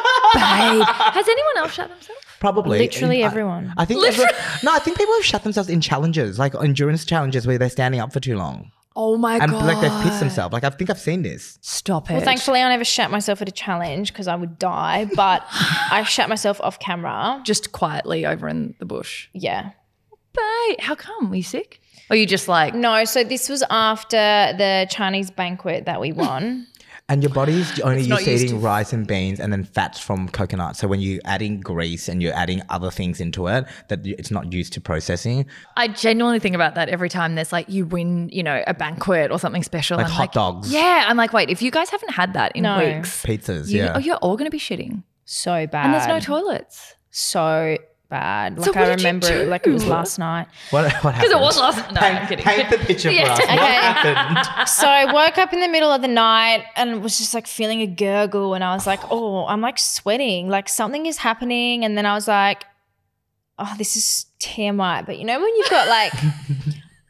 Has anyone else shut themselves? probably Literally I- everyone. I think everyone, no, I think people have shut themselves in challenges, like endurance challenges where they're standing up for too long Oh my and god. like they've pissed themselves. Like I think I've seen this. Stop it. Well, thankfully, I never shut myself at a challenge because I would die, but I shut myself off camera. Just quietly over in the bush. Yeah. Babe, how come? Were you sick? Or you just like No, so this was after the Chinese banquet that we won. And your body's only used not to used eating rice and beans and then fats from coconut. So when you're adding grease and you're adding other things into it that y- it's not used to processing, I genuinely think about that every time there's like you win, you know, a banquet or something special. like Oh, I'm hot dogs, Yeah. I'm like, wait, if you guys haven't had that in No. weeks, pizzas. you, yeah. oh, you're all gonna be shitting. So bad. And there's no toilets. so bad. Like So what I did you remember it like it was do? last night. what, what happened? Because it was last No, I'm kidding. Paint the picture for Yeah. us. What Okay. happened? So I woke up in the middle of the night and was just like feeling a gurgle and I was like, "Oh, I'm like sweating. Like something is happening." And then I was like, "Oh, this is TMI." But you know when you've got like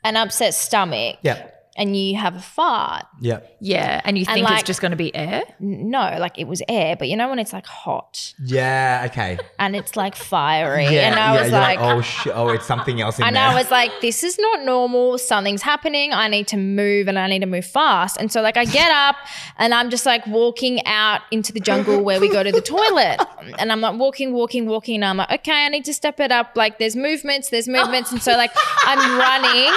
an upset stomach Yeah. and you have a fart. Yeah. Yeah. And you And think like- it's just gonna be air? N- No, like it was air, but you know when it's like hot Yeah. Okay. and it's like fiery. Yeah. and I yeah, was you're like, oh shit. Oh, it's something else in And there. I was like, this is not normal. Something's happening. I need to move and I need to move fast. And so, like, I get up and I'm just like walking out into the jungle where we go to the toilet. And I'm like walking, walking, walking. And I'm like, okay, I need to step it up. Like, there's movements, there's movements. And so, like, I'm running.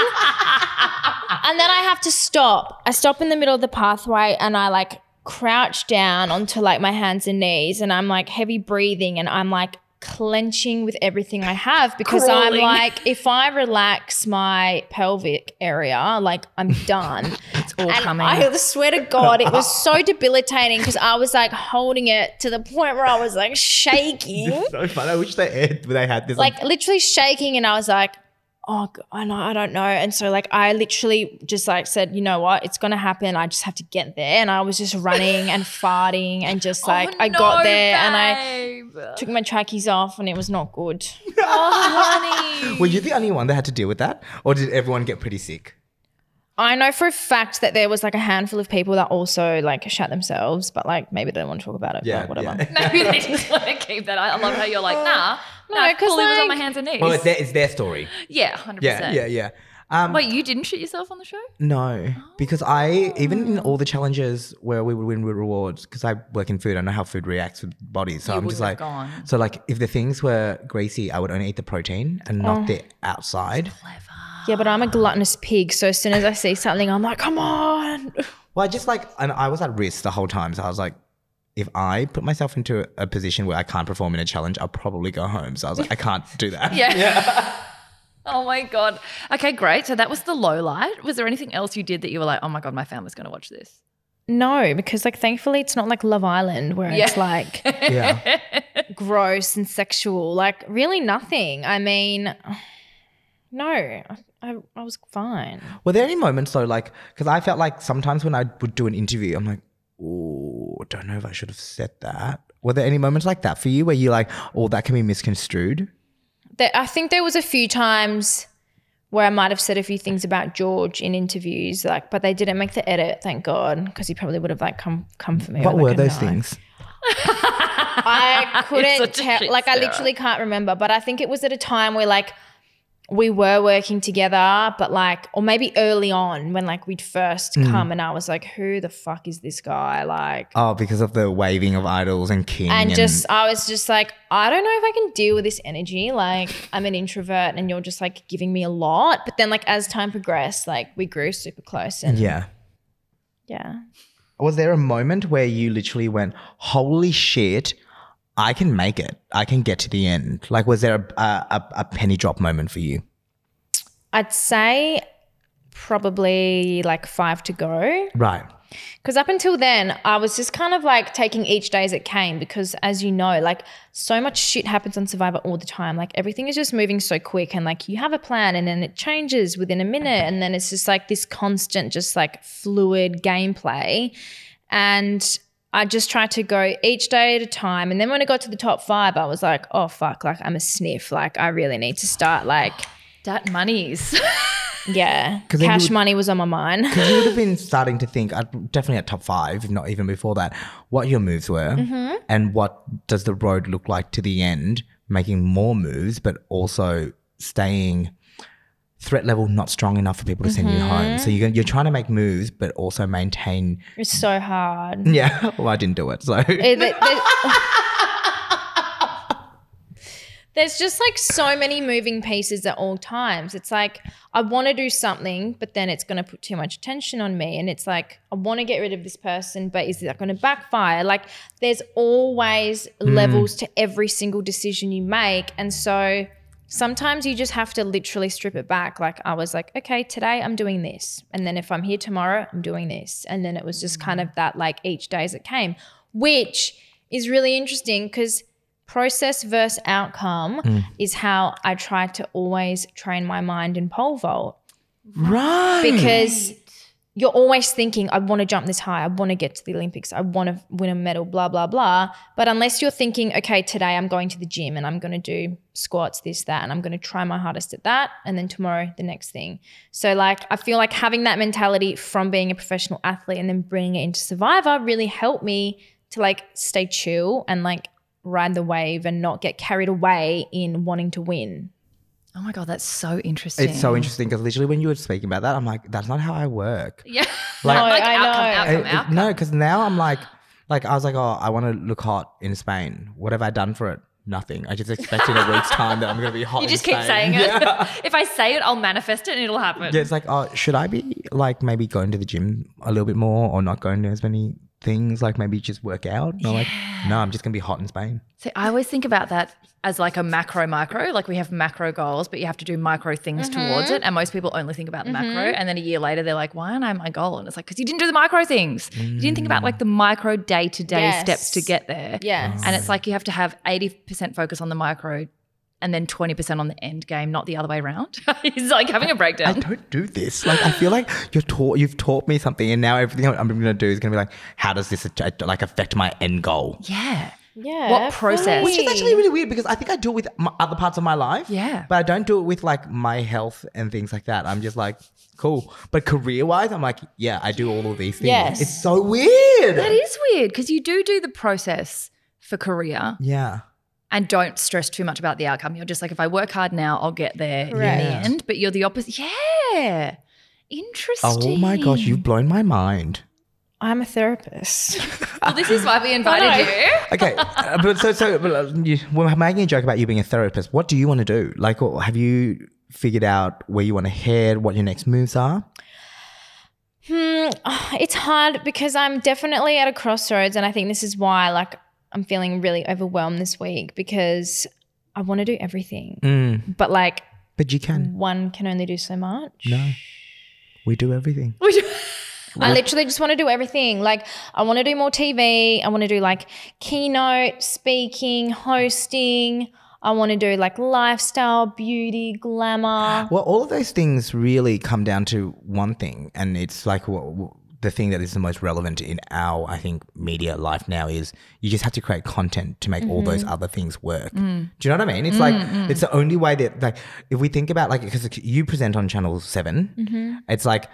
And then I have to stop. I stop in the middle of the pathway and I like crouch down onto like my hands and knees and I'm like heavy breathing and I'm like clenching with everything I have because I'm Crawling. like, if I relax my pelvic area, like I'm done. It's all And coming. I swear to God, it was so debilitating because I was like holding it to the point where I was like shaking This is so fun. I wish they aired, they had this. like literally shaking and I was like, oh, g- I know, I don't know. And so like I literally just like said, you know what, it's gonna happen. I just have to get there. And I was just running and farting and just Oh, like I got there and I and took my trackies off and it was not good. Oh, were you the only one that had to deal with that, or did everyone get pretty sick? I know for a fact that there was like a handful of people that also like shut themselves, but like maybe they don't want to talk about it. Yeah. but whatever. yeah. honey. Maybe they just want to keep that. I I love how you're like, nah. No, nah, Oh. 'cause because was on like- my hands and knees. Well, it's their, it's their story. yeah, hundred Yeah. percent. Yeah. Yeah. Um, Wait, you didn't shit yourself on the show? No, because I even Oh. in all the challenges where we would win with rewards, because I work in food, I know how food reacts with bodies. So I'm would just have like, gone. so like if the things were greasy, I would only eat the protein and Oh. not the outside. Yeah, but I'm a gluttonous pig, so as soon as I see something, I'm like, come on. Well, I just like, and I was at risk the whole time, so I was like, if I put myself into a position where I can't perform in a challenge, I'll probably go home. So I was like, I can't do that. Yeah. oh my god. Okay, great. So that was the low light. Was there anything else you did that you were like, oh my god, my family's gonna watch this? No, because like thankfully it's not like Love Island where it's Yeah. like yeah. gross and sexual. Like really nothing. I mean, no, I, I, I was fine. Were there any moments though, like, because I felt like sometimes when I would do an interview, I'm like, oh, don't know if I should have said that. Were there any moments like that for you where you're like, oh, that can be misconstrued? There, I think there was a few times where I might have said a few things about George in interviews, like, but they didn't make the edit. Thank God, because he probably would have like come come for me. What with, were like, a those knife. things? I You're couldn't such a tell. shit Like, I Sarah. literally can't remember. But I think it was at a time where like we were working together, but like, or maybe early on when like we'd first Mm. come and I was like, who the fuck is this guy? Like, Oh, because of the waving of idols and king. and just, I was just like, I don't know if I can deal with this energy. Like, I'm an introvert and you're just like giving me a lot. But then, like, as time progressed, like, we grew super close. And yeah. yeah. Was there a moment where you literally went, "Holy shit, I can make it. I can get to the end." Like, was there a a, a penny drop moment for you? I'd say probably like five to go. Right. Because up until then, I was just kind of like taking each day as it came because, as you know, like so much shit happens on Survivor all the time. Like everything is just moving so quick, and like you have a plan and then it changes within a minute. And then it's just like this constant, just like fluid gameplay. And I just tried to go each day at a time. And then when I got to the top five, I was like, oh, fuck, like I'm a sniff. Like I really need to start, like, Dat monies. yeah. then you Cash would- money was on my mind. Because you would have been starting to think, uh, definitely at top five, if not even before that, what your moves were and what does the road look like to the end, making more moves, but also staying threat level not strong enough for people to send you home. So you're, gonna- you're trying to make moves, but also maintain. it's so hard. Yeah, well, I didn't do it. So Eh, there- there- There's just like so many moving pieces at all times. It's like I want to do something, but then it's going to put too much attention on me. And it's like I want to get rid of this person, but is that going to backfire? Like there's always levels to every single decision you make. And so sometimes you just have to literally strip it back. Like I was like, okay, today I'm doing this. And then if I'm here tomorrow, I'm doing this. And then it was just kind of that like each day as it came, which is really interesting because process versus outcome is how I try to always train my mind in pole vault right, because you're always thinking, I want to jump this high. I want to get to the Olympics. I want to win a medal, blah, blah, blah. But unless you're thinking, okay, today I'm going to the gym and I'm going to do squats, this, that, and I'm going to try my hardest at that. And then tomorrow, the next thing. So, like, I feel like having that mentality from being a professional athlete and then bringing it into Survivor really helped me to like stay chill and like ride the wave and not get carried away in wanting to win. Oh my god, that's so interesting. it's so interesting because literally when you were speaking about that, I'm like, that's not how I work. Yeah. Like- Not like No, Oh, I outcome, know. outcome, It- it- outcome. No, because now I'm like, like I was like, oh, I want to look hot in Spain. What have I done for it? Nothing. I just expect in a week's time that I'm gonna be hot. You in just keep Spain. saying it. Yeah. if I say it, I'll manifest it and it'll happen. Yeah, it's like, oh, should I be like maybe going to the gym a little bit more or not going to as many things? Like maybe just work out. And I'm like, no, I'm just gonna be hot in Spain. See, I always think about that as like a macro micro. Like we have macro goals, but you have to do micro things Mm-hmm. towards it. And most people only think about the macro. And then a year later, they're like, why aren't I my goal? And it's like, because you didn't do the micro things. You didn't think about like the micro day to day Mm. Yes. steps to get there. Yes. And it's like you have to have 80% focus on the micro and then 20% on the end game, not the other way around. He's like having a I breakdown. don't do this. Like I feel like you're taught, you've taught me something, and now everything I'm gonna do is gonna be like, how does this att- like affect my end goal? Yeah. Yeah. What process? Which is actually really weird because I think I do it with m other parts of my life. Yeah. But I don't do it with like my health and things like that. I'm just like, cool. But career wise, I'm like, yeah, I do all of these things. Yes. It's so weird. That is weird because you do do the process for career yeah. and don't stress too much about the outcome. You're just like, if I work hard now, I'll get there Correct. in the end. But you're the opposite. Yeah. Interesting. Oh my gosh, you've blown my mind. I'm a therapist. Well, this is why we invited you. Okay, uh, but so so but, uh, you, we're making a joke about you being a therapist. What do you want to do? Like, what- have you figured out where you want to head? What your next moves are? Hmm, it's hard because I'm definitely at a crossroads, and I think this is why, like, I'm feeling really overwhelmed this week because I want to do everything, Hmm. Mm. but like, But you can. one can only do so much. No, we do everything. I literally just want to do everything. Like, I want to do more TV. I want to do like keynote, speaking, hosting. I want to do like lifestyle, beauty, glamour. Well, all of those things really come down to one thing, and it's like what, what- the thing that is the most relevant in our, I think, media life now is you just have to create content to make all those other things work. Do you know what I mean? It's like it's the only way that, like, if we think about like because you present on Channel 7 it's like,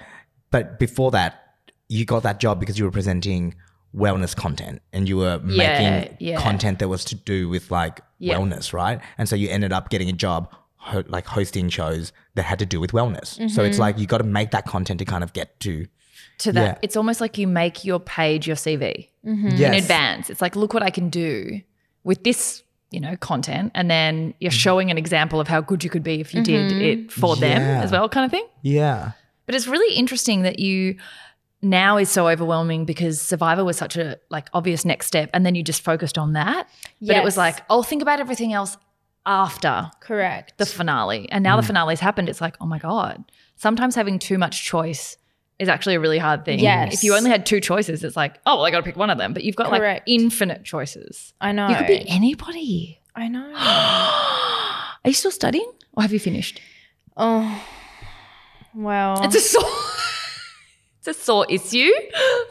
but before that, you got that job because you were presenting wellness content and you were Yeah, making yeah. content that was to do with like Yeah. wellness, right? And so you ended up getting a job ho- like hosting shows that had to do with wellness. So Mm-hmm. it's like you got to make that content to kind of get to to that. Yeah. It's almost like you make your page your CV Mm-hmm. yes. in advance. It's like, look what I can do with this, you know, content. And then you're Mm-hmm. showing an example of how good you could be if you did it for them Yeah. as well, kind of thing. Yeah. But it's really interesting that you now is so overwhelming because Survivor was such a like obvious next step. And then you just focused on that. But it was Yes. like, oh, think about everything else after Correct. the finale. And now mm. the finale's happened. It's like, oh my God. Sometimes having too much choice is actually a really hard thing. Yes. If you only had two choices, it's like, oh, well, I got to pick one of them. But you've got Correct. like infinite choices. I know. You could be anybody. I know. Are you still studying or have you finished? oh. Well, It's a sore. it's a sore issue.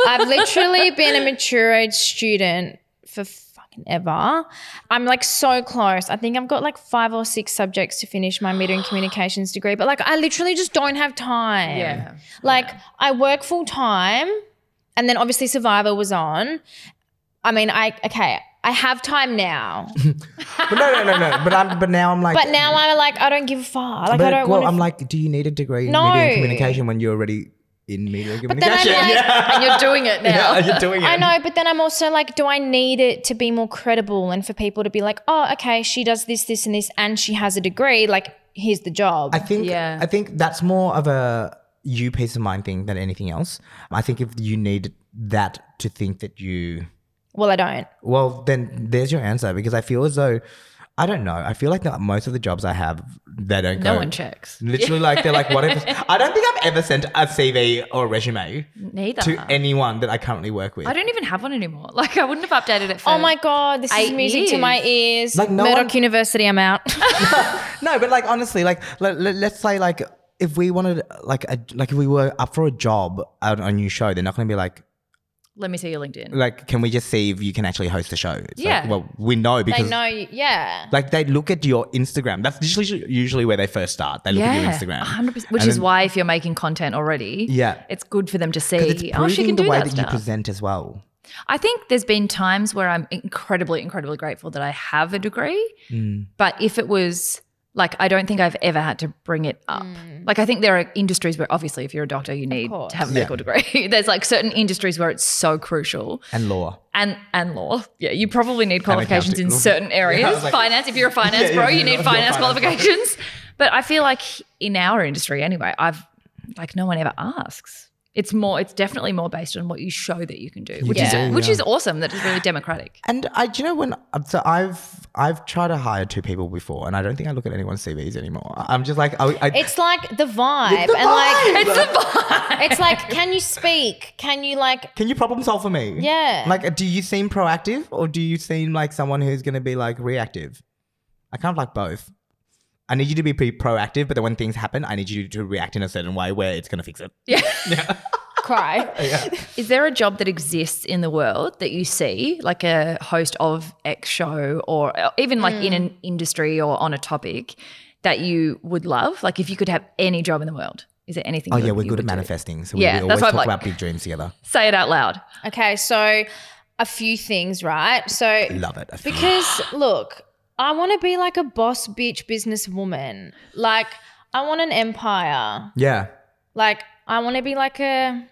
I've literally been a mature age student for fucking ever. I'm like so close. I think I've got like five or six subjects to finish my media and communications degree, but like I literally just don't have time. Yeah. Like I work full time and then obviously Survivor was on. I mean, I okay, I have time now. But no, no, no, no. But I'm but now I'm like But now I'm like I don't give a fuck. Like but, I don't well, want I'm like, do you need a degree in No. media and communication when you're already in media and then I'm communication? like- And you're doing it now. yeah. you're doing it. I know, but then I'm also like, do I need it to be more credible and for people to be like, oh, okay, she does this, this, and this, and she has a degree. Like, here's the job. I think Yeah. I think that's more of a you peace of mind thing than anything else. I think if you need that to think that you well, I don't. well, then there's your answer because I feel as though I don't know. I feel like that most of the jobs I have, they don't go. No one checks. Literally, like they're like, what if? I don't think I've ever sent a CV or a resume Neither. to anyone that I currently work with. I don't even have one anymore. Like I wouldn't have updated it for Oh my god, this is Eight music to my ears. Like, no Murdoch one- University, I'm out. No, but like honestly, like let, let, us say like if we wanted like a, like if we were up for a job on a new show, they're not going to be like Let me see your LinkedIn. like can we just see if you can actually host the show? It's like, Yeah. well, we know I because know. you- Yeah. like they look at your Instagram. That's usually usually where they first start. They look at your Instagram. 100%, which And is then- why if you're making content already, Yeah. it's good for them to see. 'Cause it's oh, she proving can the do way that, that, you stuff. present as well. I think there's been times where I'm incredibly, incredibly grateful that I have a degree. Mm. But if it was like, I don't think I've ever had to bring it up. Like, I think there are industries where obviously, if you're a doctor, you need course. to have a Yeah. medical degree. there's like certain industries where it's so crucial And law. and and law. Yeah, you probably need qualifications in accounting. certain areas. Yeah, I was like- finance, if you're a finance Yeah, yeah, bro, yeah, you need you're finance finance. qualifications. but I feel like in our industry, anyway, I've like no one ever asks. It's more. It's definitely more based on what you show that you can do, which Yeah. is which Yeah. is awesome. That is really democratic. And I, do you know when? So I've I've tried to hire two people before, and I don't think I look at anyone's CVs anymore. I'm just like, I, I, It's like the vibe, the and like It's a vibe. it's like, can you speak? Can you like? can you problem solve for me? Yeah. Like, do you seem proactive or do you seem like someone who's going to be like reactive? I kind of like both. I need you to be pretty proactive, but then when things happen, I need you to react in a certain way where it's going to fix it. Cry. Is there a job that exists in the world that you see, like a host of X show or even like in an industry or on a topic that you would love? Like if you could have any job in the world, is there anything? Oh, you- yeah, we're you good at would do? manifesting. So we, Yeah, we always that's what I'm talk like. about big dreams together. Say it out loud. okay, so a few things, right? So Love it. I feel- Because look, I want to be like a boss bitch businesswoman. Like I want an empire. yeah. Like I want to be like a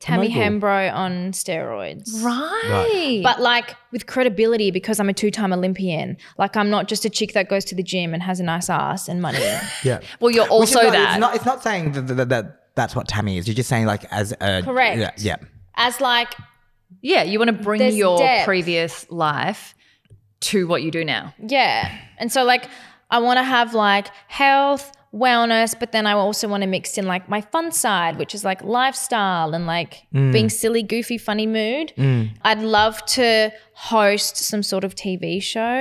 Tammy mogul. Hambro on steroids. Right. But like with credibility because I'm a two-time Olympian. Like I'm not just a chick that goes to the gym and has a nice ass and money. Yeah. well, you're Which is also not- that. It's not, it's not saying that, that, that that's what Tammy is. You're just saying, like, as a. Correct. Yeah. yeah. As like yeah, you want to bring There's your depth. previous life to what you do now. Yeah. And so like I want to have like health, wellness, but then I also want to mix in like my fun side, which is like lifestyle and like Mm. being silly, goofy, funny mood. I'd love to host some sort of TV show.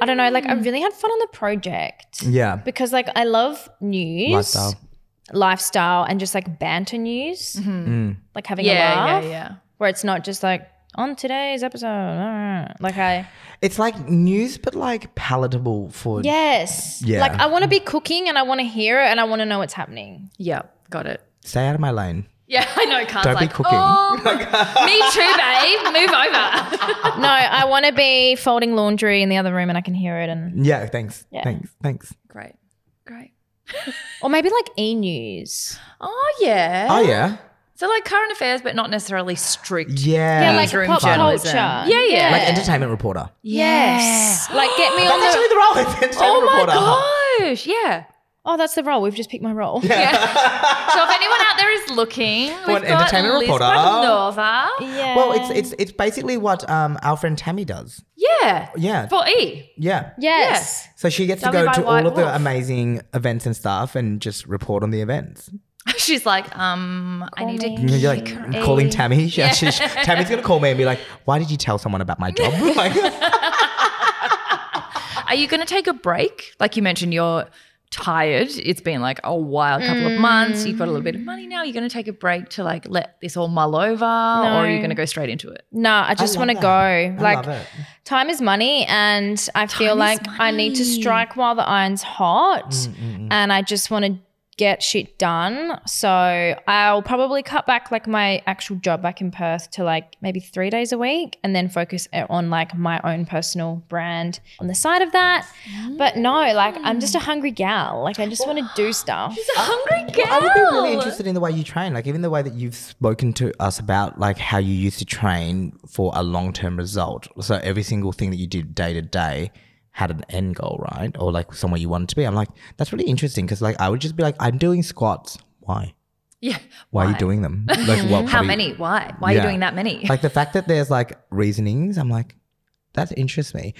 I don't know, like I really had fun on the project Mm. Yeah. because like I love news. Lifestyle. lifestyle and just like banter news. Mm-hmm. Like having a Yeah, yeah, laugh yeah. where it's not just like on today's episode. Like I It's like news, but like palatable for. Yes. Yeah. Like I want to be cooking and I want to hear it and I want to know what's happening. Yeah, got it. Stay out of my lane. Yeah, I know. Car's Don't be like, cooking. oh, me too, babe. Move over. No, I want to be folding laundry in the other room and I can hear it. And Yeah, thanks. Yeah. Thanks. Thanks. great, great. or maybe like e news. Oh yeah. Oh yeah. So like current affairs, but not necessarily strict. Yeah. Yeah, like Newsroom pop journalism. culture. Yeah, yeah. Like entertainment reporter. Yes. Like get me on That's the. actually the role. It's entertainment Oh my reporter. uh, gosh. Yeah. oh, that's the role. We've just picked my role. Yeah. so if anyone out there is looking, an we've got entertainment Liz reporter. Nova. Yeah. Well, it's it's it's basically what um our friend Tammy does. Yeah. Yeah. For E. Yeah. yes. So she gets to Dummy go by to White all of the Wolf. amazing events and stuff and just report on the events. She's like, um, I need me. to. And You're like calling Tammy. Yeah. she's- Tammy's gonna call me and be like, "Why did you tell someone about my job?" Like, Are you going to take a break? Like you mentioned, you're tired. It's been like a while, couple of months. You've got a little bit of money now. You're going to take a break to like let this all mull over, or are you going to go straight into it? Nah, I just love want to that. go. I like love it. time is money, and I feel is like I need to money. strike while the iron's hot, mm, and I just want to get shit done. So I'll probably cut back like my actual job back in Perth to like maybe three days a week, and then focus e, on like my own personal brand on the side of that. But no, like I'm just a hungry gal. Like I just want to do stuff. Mm. She's a hungry girl. I would be really interested in the way you train, like even the way that you've spoken to us about like how you used to train for a long term result. So every single thing that you did day to day had an end goal, right? Or like somewhere you wanted to be. I'm like, that's really interesting because like I would just be like, I'm doing squats. Why? Yeah. Why, are you doing them? Like what? How what are you- many? Why? Why are Yeah. you doing that many? like the fact that there's like reasonings. I'm like, that interests me.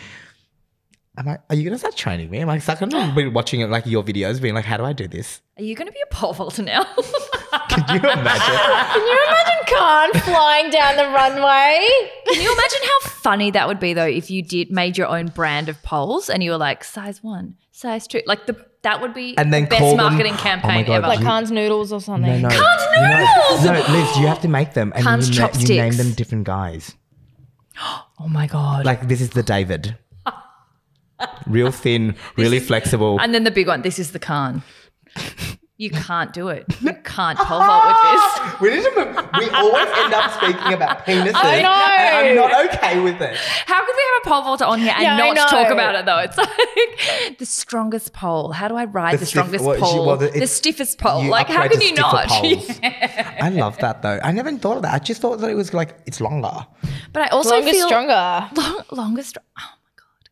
I'm like, are you gonna start training me? I'm like, so I'm gonna be watching like your videos, being like, how do I do this? Are you going to be a pole vaulter now? Could you imagine? Can you imagine Khan flying down the runway? Can you imagine how funny that would be though if you did made your own brand of poles and you were like size one, size two, like the that would be And then the best call them- marketing Oh my campaign God, ever. Like You- Khan's noodles or something. No, no. You know- no, Liz, you have to make them and Cunts you, na- you name chopsticks. them different guys. oh my god! Like this is the David. Real thin, really flexible. and then the big one. This is the Khan. You can't do it. You can't pole vault with this. We, need to move- we always end up speaking about penises. I know. and I'm not okay with it. How could we have a pole vaulter on here and Yeah, I not talk know. about it though? It's like the strongest pole. How do I ride The the, stiff- strongest well, she- pole? well, the- the, it's- stiffest pole. you Like how upgrade can to you not? stiffer poles. Yeah. I love that though. I never thought of that. I just thought that it was like it's longer. But I also Longer, feel stronger. long, longest. Oh my god!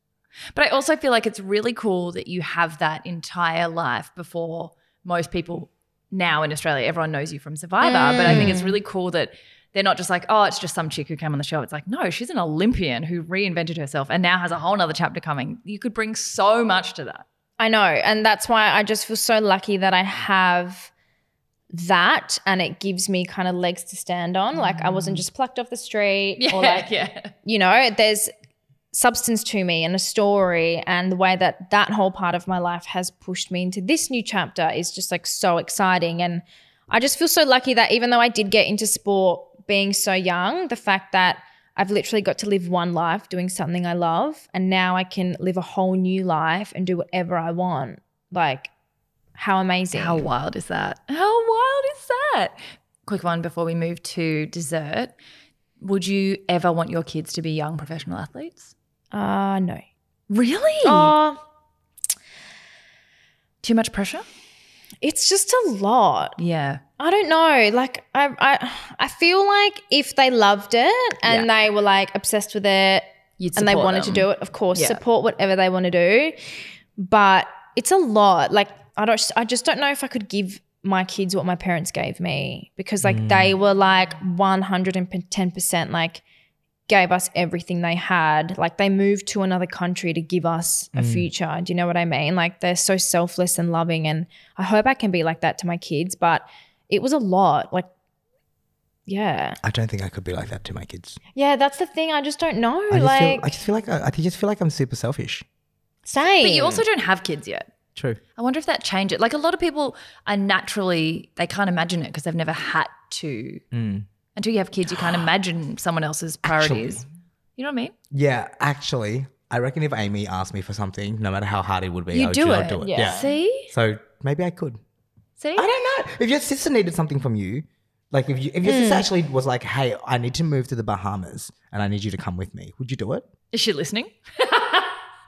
But I also feel like it's really cool that you have that entire life before most people now in Australia. Everyone knows you from Survivor, but I think it's really cool that they're not just like, oh, it's just some chick who came on the show. It's like, no, she's an Olympian who reinvented herself and now has a whole nother chapter coming. You could bring so much to that. I know. And that's why I just feel so lucky that I have that and it gives me kind of legs to stand on. Like I wasn't just plucked off the street Yeah, or like, yeah. you know, there's substance to me and a story and the way that that whole part of my life has pushed me into this new chapter is just like so exciting and I just feel so lucky that even though I did get into sport being so young, the fact that I've literally got to live one life doing something I love and now I can live a whole new life and do whatever I want. Like how amazing. How wild is that? How wild is that? Quick one before we move to dessert. Would you ever want your kids to be young professional athletes? uh no. Really? Oh, Too much pressure? it's just a lot. Yeah. I don't know. Like I, I, I feel like if they loved it and they were like obsessed with it You'd and they support wanted to them. do it, of course, Yeah. support whatever they want to do. But it's a lot. Like I don't, I just don't know if I could give my kids what my parents gave me because like they were like one hundred and ten percent like gave us everything they had. Like they moved to another country to give us a future. Do you know what I mean? Like they're so selfless and loving. And I hope I can be like that to my kids, but it was a lot. Like, yeah. I don't think I could be like that to my kids. Yeah, that's the thing. I just don't know. I just, like, feel, I just feel like I, I just feel like I'm super selfish. same. But you also don't have kids yet. True. I wonder if that changes. Like a lot of people are naturally, they can't imagine it because they've never had to. Mm. Until you have kids, you can't imagine someone else's priorities. You know what I mean? Yeah, actually, I reckon if Amy asked me for something, no matter how hard it would be, You I would do I'd it. do it. Yeah. Yeah. See? So maybe I could. See? I don't know. If your sister needed something from you, Like if you if your sister actually was like, "Hey, I need to move to the Bahamas and I need you to come with me," would you do it? Is she listening?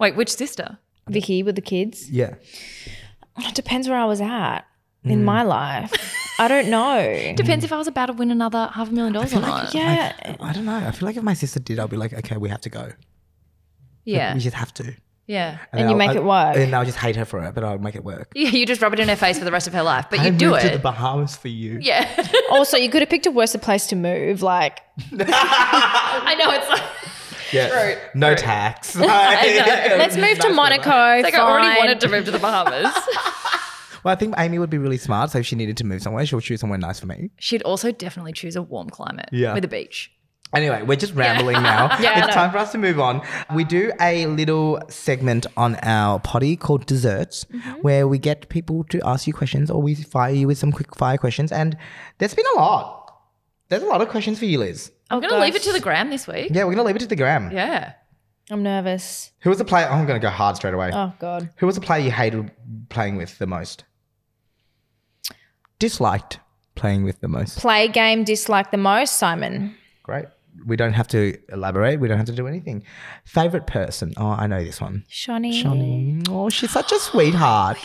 Wait, which sister? Vicky with the kids. Yeah. It depends where I was at in my life. I don't know. Depends if I was about to win another half a million dollars or not. yeah. I don't know. I feel like if my sister did, I'll be like, "Okay, we have to go. Yeah. We just have to." Yeah. And you I'll- make I'll- it work. And I'll just hate her for it, but I'll make it work. Yeah, you just rub it in her face for the rest of her life, but I you do moved to the it. Bahamas for you. yeah. also, you could have picked a worse place to move. Like, I know it's like Yeah. No tax. let's move to Monaco. Like I already fine. wanted to move to the Bahamas. Well, I think Amy would be really smart. So if she needed to move somewhere, she'll choose somewhere nice for me. She'd also definitely choose a warm climate Yeah. with a beach. Anyway, we're just rambling now. Yeah, I it's know. time for us to move on. We do a little segment on our potty called Desserts, where we get people to ask you questions or we fire you with some quick fire questions. And there's been a lot. There's a lot of questions for you, Liz. I'm going to leave it to the gram this week. Yeah, we're going to leave it to the gram. Oh, Yeah. I'm nervous. Who was the player? I'm going to go hard straight away. Oh God. Who was the player you hated playing with the most? Disliked playing with the most. Play game dislike the most, Simon. Great. We don't have to elaborate. We don't have to do anything. Favorite person? Oh, I know this one. Shawnee. Shawnee. Oh, she's such a sweetheart.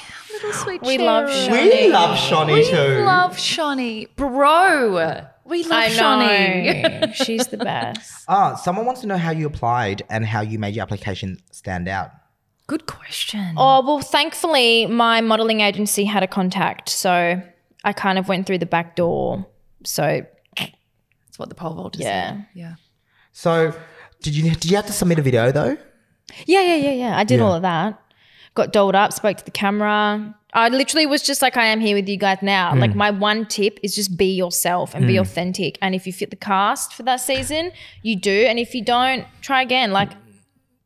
Sweet We love Sharon. Oh, Shawnee. We love Shawnee too. We love Shawnee. Bro. We love I Shawnee. know. She's the best. Ah, someone wants to know how you applied and how you made your application stand out. Good question. Oh well, thankfully my modeling agency had a contact, so I kind of went through the back door. So That's what the pole vault is. yeah. Yeah. So, did you did you have to submit a video though? Yeah, yeah, yeah, yeah. I did all of that. Got dolled up, spoke to the camera. I literally was just like, I am here with you guys now. Like, my one tip is just be yourself and be authentic. And if you fit the cast for that season, you do. And if you don't, try again. Like,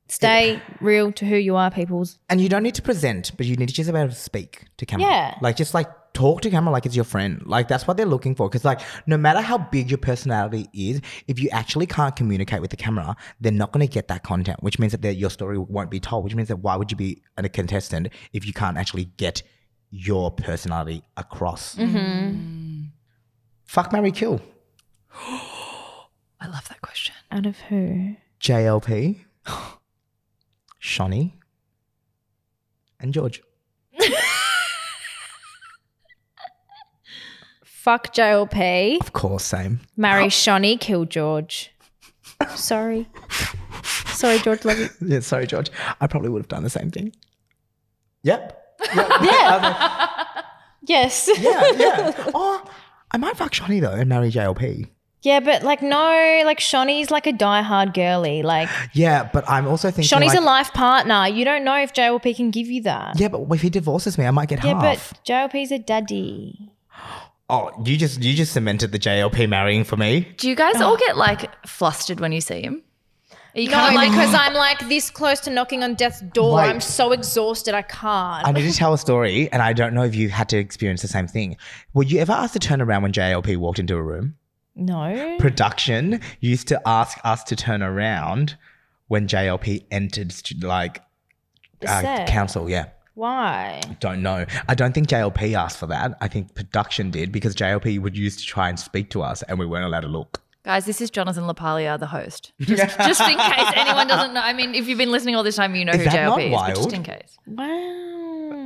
stay real to who you are, peoples. And you don't need to present, but you need to just be able to speak to camera. Yeah. Like just like talk to camera like it's your friend. Like that's what they're looking for. Cause like no matter how big your personality is, if you actually can't communicate with the camera, they're not gonna get that content, which means that their- your story won't be told, which means that why would you be a contestant if you can't actually get your personality across? Fuck Mary Kill. I love that question. Out of who? JLP, Shawnee, and George. Fuck JLP, Of course, same. marry Shawnee, kill George. Sorry. Sorry, George, love you. Yeah, sorry, George. I probably would have done the same thing. Yep. Yeah. yes. Yeah, yeah. or I might fuck Shawnee though and marry JLP. Yeah, but like no, like Shawnee's like a diehard girly. Like Yeah, but I'm also thinking. Shawnee's like, a life partner. You don't know if JLP can give you that. Yeah, but if he divorces me, I might get Yeah, half. but JLP's a daddy. oh, you just you just cemented the JLP marrying for me. Do you guys all get like flustered when you see him? Are you No, kind of like, because I'm like this close to knocking on death's door. Wait. I'm so exhausted. I can't. I need to tell a story, and I don't know if you had to experience the same thing. Were you ever asked to turn around when JLP walked into a room? no. Production used to ask us to turn around when JLP entered stu- like uh, Set. council. Yeah. Why? Don't know. I don't think JLP asked for that. I think production did because JLP would use to try and speak to us and we weren't allowed to look. guys, this is Jonathan Lapalia, the host. Just, just in case anyone doesn't know. I mean, if you've been listening all this time, you know Is who that JLP not is. But just wild? in case. Wow.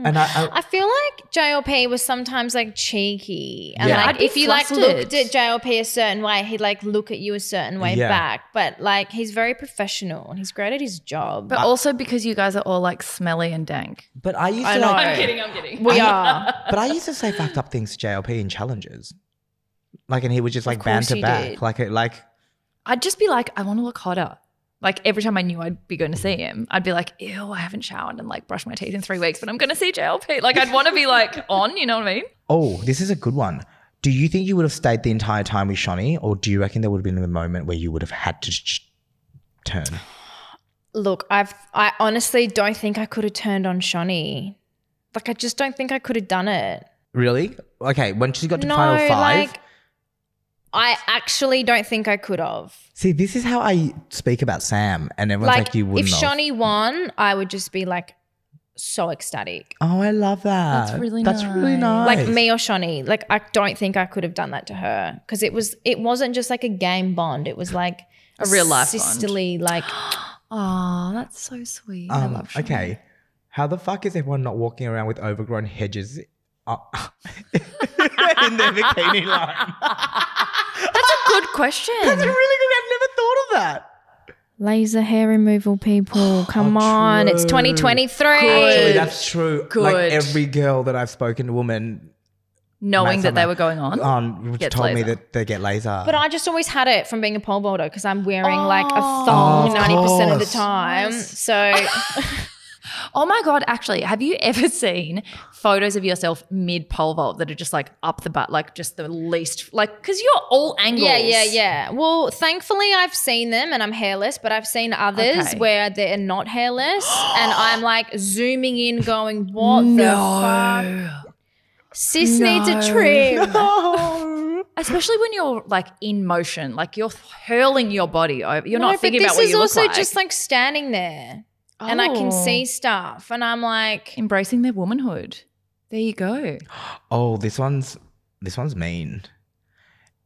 And I, I I feel like JLP was sometimes like cheeky, and Yeah. I'd like be if you like flustered. looked at JLP a certain way, he'd like look at you a certain way Yeah. back. But like he's very professional and he's great at his job. But also because you guys are all like smelly and dank. but I used I to know. like, I'm kidding. we are. but I used to say fucked up things to JLP in challenges. Like and he would just like course banter you back. did. Like it like I'd just be like, I want to look hotter. Like every time I knew I'd be going to see him, I'd be like, ew, I haven't showered and like brushed my teeth in three weeks, but I'm going to see JLP. Like I'd want to be like on, you know what I mean? oh, this is a good one. Do you think you would have stayed the entire time with Shawnee, or do you reckon there would have been a moment where you would have had to sh- turn? Look, I've I honestly don't think I could have turned on Shawnee. Like I just don't think I could have done it. Really? Okay, when she got to no, final five. like I actually don't think I could have. see, this is how I speak about Sam, and everyone's like, Like, you if wouldn't. have." Shawnee won, I would just be like, so ecstatic. Oh, I love that. That's really That's really nice. nice. Like me or Shawnee, like I don't think I could have done that to her because it was it wasn't just like a game bond. It was like A real life bond. sisterly like Oh, that's so sweet. I Um, love Sean. okay. How the fuck is everyone not walking around with overgrown hedges up in their bikini line? That's a good question. That's a really good. I've never thought of that. laser hair removal people. Come on, it's true. 2023. Actually, Good. that's true. Like Good. every girl that I've spoken to, woman, Knowing Matt's that they like, were going on. um, Gets told me laser. that they get laser. But I just always had it from being a pole vaulter because I'm wearing like a Oh. thong Of 90% of the course. time. Yes. So Oh my god! Actually, have you ever seen photos of yourself mid pole vault that are just like up the butt, like just the least, like because you're all angles. yeah, yeah, yeah. Well, thankfully I've seen them and I'm hairless, but I've seen others Okay. where they're not hairless and I'm like zooming in going, what the fuck? No, Sis needs No. a trim. No. especially when you're like in motion, like you're hurling your body over. You're No, not thinking but about this what is you look also like. just like standing there and I can Oh. see stuff and I'm like, embracing their womanhood. There you go. Oh, this one's this one's mean.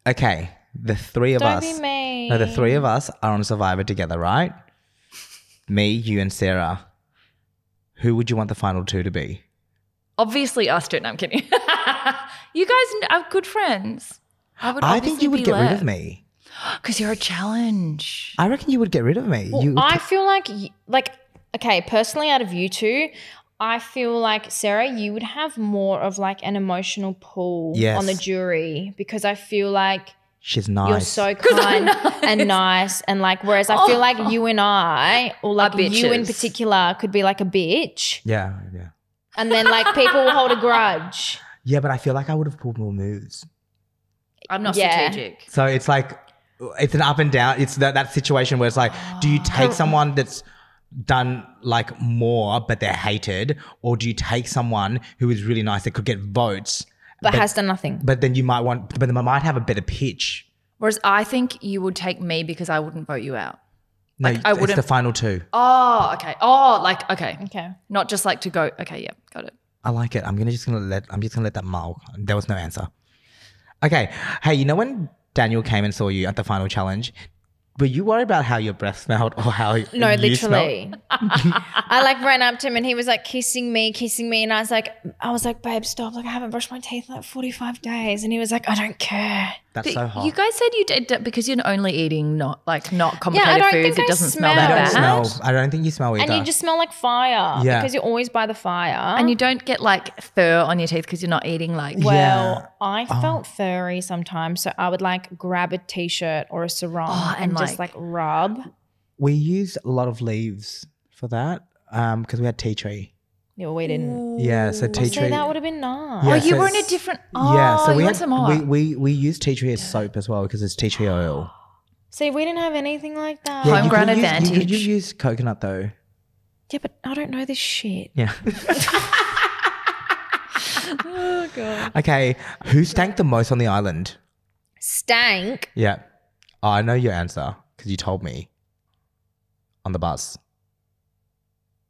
Okay, the three of don't us. be mean. No, the three of us are on Survivor together, right? Me, you, and Sarah. Who would you want the final two to be? Obviously, us two. No, I'm kidding. you guys are good friends. I would. I think you would get rid of me. because you're a challenge. I reckon you would get rid of me. Well, you, I feel like, y- like, okay, personally, out of you two, I feel like Sarah, you would have more of like an emotional pull Yes. on the jury because I feel like she's nice. you're so 'Cause I'm kind and nice and like. Whereas I feel like you and I, or like Are you in bitches. particular, could be like a bitch, yeah, yeah, and then like people will hold a grudge. yeah. But I feel like I would have pulled more moves. I'm not Yeah. strategic. So it's like it's an up and down. It's that that situation where it's like, do you Oh. take someone that's done like more but they're hated, or do you take someone who is really nice that could get votes, But, has done nothing. but then you might want, but they might have a better pitch. Whereas I think you would take me because I wouldn't vote you out. No, I it's the wouldn't- final two. Oh, okay. Oh, like okay. Okay. Not just like to go. Okay, yeah, got it. I like it. I'm gonna just gonna let I'm just gonna let that mull. There was no answer. Okay. Hey, you know when Daniel came and saw you at the final challenge, were you worried about how your breath smelled or how No, you smelled? literally. I like ran up to him and he was like kissing me, kissing me, and I was like, I was like, babe, stop! Like I haven't brushed my teeth in like forty five days, and he was like, I don't care. That's so hot. You guys said you did that because you're only eating not like not complicated don't foods. think I it doesn't smell I smell. don't that bad. smell. I don't think you smell either. And you just smell like fire Yeah. because you're always by the fire. And you don't get like fur on your teeth because you're not eating like. Yeah. well, I felt furry sometimes, so I would like grab a t-shirt or a sarong Oh, and, and just like like- rub. we used a lot of leaves for that. Um, because we had tea tree. Yeah, we didn't. Yeah, so tea So tree. that would have been nice. Yeah, oh, you so were in a it's- different. Oh, yeah, so we you had had Samoa. we we we use tea tree as soap as well because it's tea tree oil. See, we didn't have anything like that. Yeah, Yeah, you Homegrown could use- You could advantage. you use coconut though. but I don't know this shit. Yeah. oh god. Okay, who stank the most on the island? Stank. Yeah. Oh, I know your answer because you told me on the bus.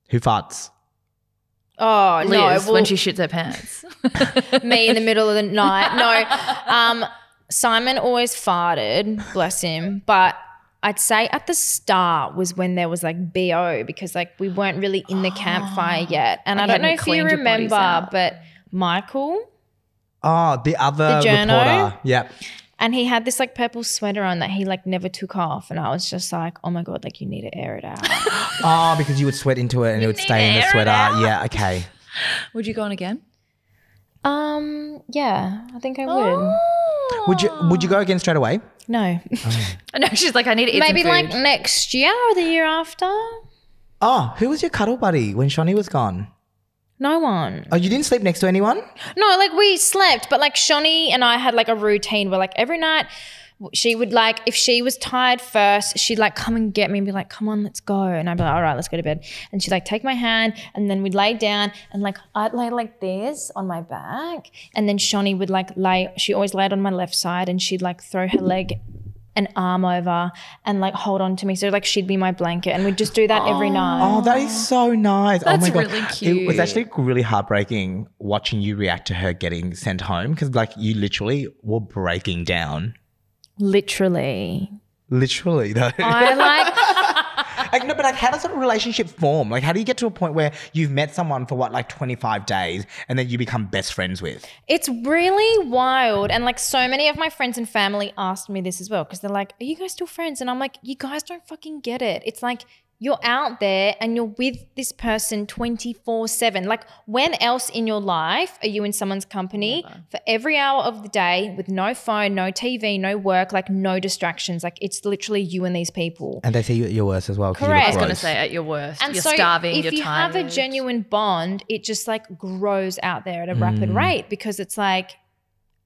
Who farts? Oh Liz, no! well- when she shits her pants. me in the middle of the night. No, um, Simon always farted, bless him. But I'd say at the start was when there was like bo because like we weren't really in the campfire yet, and I I don't hadn't know if you cleaned your bodies remember, out. but Michael. Oh, the other The journo? reporter. Yeah. And he had this like purple sweater on that he like never took off. And I was just like, oh my God, like you need to air it out. Oh, because you would sweat into it and it would stay in the sweater. Yeah. Okay. would you go on again? um, yeah, I think I would. Oh. Would you Would you go again straight away? No. No, she's like, I need to eat Maybe some like food. next year or the year after. Oh, who was your cuddle buddy when Shawnee was gone? No one. Oh, you didn't sleep next to anyone? No, like we slept, but like Shawnee and I had like a routine where like every night w- she would like if she was tired first, she'd like come and get me and be like, "Come on, let's go," and I'd be like, "All right, let's go to bed." And she'd like take my hand, and then we'd lay down, and like I'd lay like this on my back, and then Shawnee would like lay. She always laid on my left side, and she'd like throw her leg. an arm over and like hold on to me. So like she'd be my blanket and we'd just do that every night. Oh, that is so nice. oh That's my god, really it was actually really heartbreaking watching you react to her getting sent home because like you literally were breaking down. Literally. Literally though. I like like no, but like how does a relationship form? Like how do you get to a point where you've met someone for what like 25 days and then you become best friends with? It's really wild. And like so many of my friends and family asked me this as well because they're like, Are you guys still friends? And I'm like, You guys don't fucking get it. It's like you're out there and you're with this person 24 7. Like, when else in your life are you in someone's company for every hour of the day with no phone, no TV, no work, like no distractions? Like, it's literally you and these people. And they see you at your worst as well. 'cause you Correct. look I was gonna going to gross. say at your worst. And you're so starving, if you're you tired. have a genuine bond, it just like grows out there at a Mm. rapid rate because it's like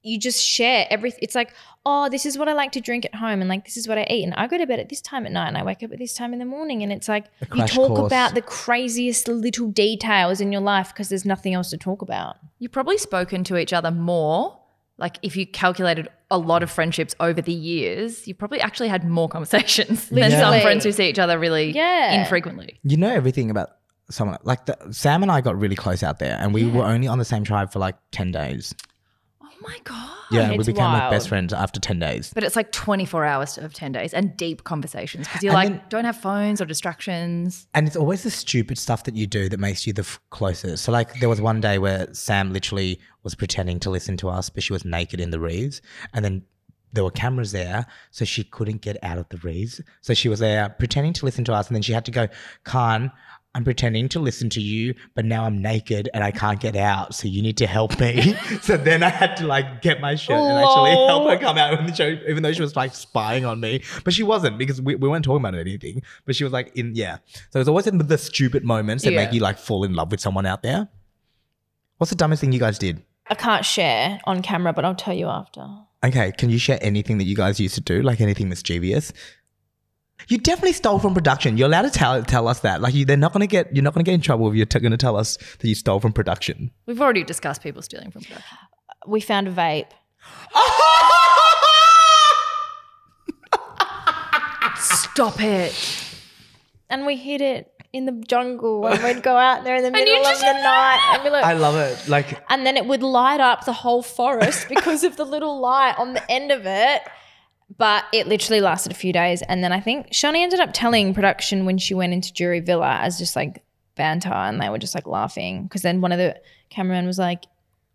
you just share everything. It's like, oh, this is what I like to drink at home, and like this is what I eat, and I go to bed at this time at night, and I wake up at this time in the morning, and it's like you crash talk course. about the craziest little details in your life because there's nothing else to talk about. You've probably spoken to each other more. Like if you calculated a lot of friendships over the years, you probably actually had more conversations than some Literally. friends who see each other really Yeah. infrequently. you know everything about someone like the, Sam and I got really close out there and we were only on the same tribe for like 10 days. Oh my god. Yeah, and we It's became like best wild. friends after 10 days. But it's like 24 hours of 10 days and deep conversations because you're And like, then- don't have phones or distractions. And it's always the stupid stuff that you do that makes you the f- closest. So, like, there was one day where Sam literally was pretending to listen to us, but she was naked in the reeds. And then there were cameras there, so she couldn't get out of the reeds. So she was there pretending to listen to us. And then she had to go, Khan, I'm pretending to listen to you, but now I'm naked and I can't get out. So you need to help me. so then I had to, like, get my shirt and actually help her come out on the show, even though she was, like, spying on me. But she wasn't because we, we weren't talking about anything. But she was, like, in, yeah. So it's always in the stupid moments that Yeah. make you, like, fall in love with someone out there. What's the dumbest thing you guys did? I can't share on camera, but I'll tell you after. Okay, can you share anything that you guys used to do, like anything mischievous? You definitely stole from production. You're allowed to tell tell us that. Like you, they're not gonna get you're not gonna get in trouble if you're t- gonna tell us that you stole from production. We've already discussed people stealing from production. We found a vape. Stop it. And we hid it in the jungle, and we'd go out there in the you middle of just- the night and be like, I love it. Like and then it would light up the whole forest because of the little light on the end of it. But it literally lasted a few days, and then I think Shani ended up telling production when she went into Jury Villa as just like banter, and they were just like laughing because then one of the cameramen was like,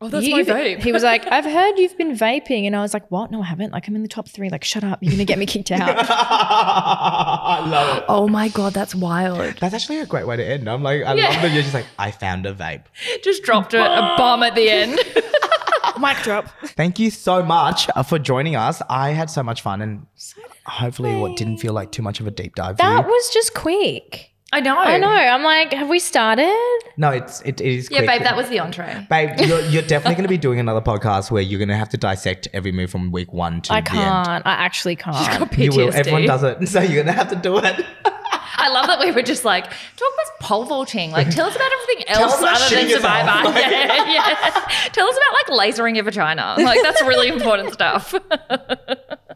Oh, "You've-" He was like, "I've heard you've been vaping," and I was like, "What? No, I haven't. Like, I'm in the top three. Like, shut up. You're gonna get me kicked out." I love it. oh my God, that's wild. That's actually a great way to end. I'm like, I love that you're just like, I found a vape. Just dropped a, a bomb at the end. Mic drop. Thank you so much uh, for joining us. I had so much fun and hopefully what didn't feel like too much of a deep dive. for you. That was just quick. I know. I know. I'm like, have we started? No, it's it, it is. Yeah, quick. babe, that was the entree. Babe, you're, you're definitely going to be doing another podcast where you're going to have to dissect every move from week one to I the end. can't. I actually can't. You will. Everyone PTSD. does it, so you're going to have to do it. I love that we were just like, talk about pole vaulting. Like, tell us about everything else us about other than shitting yourself. Survivor. yeah, yeah. Tell us about like lasering your vagina. Like, that's really important stuff.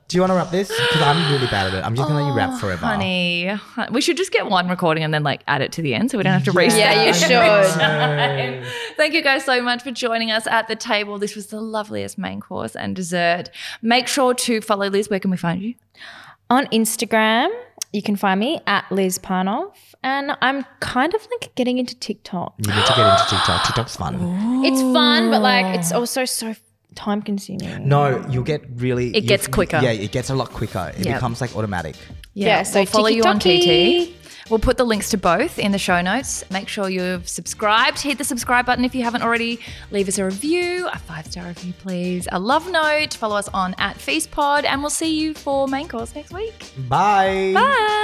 Do you want to wrap this? Because I'm really bad at it. I'm just going to let you wrap forever. Oh, Honey, we should just get one recording and then like add it to the end so we don't have to reset. Yeah, you should. time. Thank you guys so much for joining us at the table. This was the loveliest main course and dessert. Make sure to follow Liz. Where can we find you? on Instagram. You can find me at Liz Parnoff. And I'm kind of like getting into TikTok. You need to get into TikTok. TikTok's fun. It's fun, but like it's also so time consuming. No, you'll get really. It you'll- gets quicker. Yeah, it gets a lot quicker. It Yeah. becomes like automatic. Yeah, so we'll follow you on tiki-taki. TT. We'll put the links to both in the show notes. Make sure you've subscribed. Hit the subscribe button if you haven't already. Leave us a review, a five star review, please. A love note. Follow us on at FeastPod, and we'll see you for main course next week. Bye. Bye.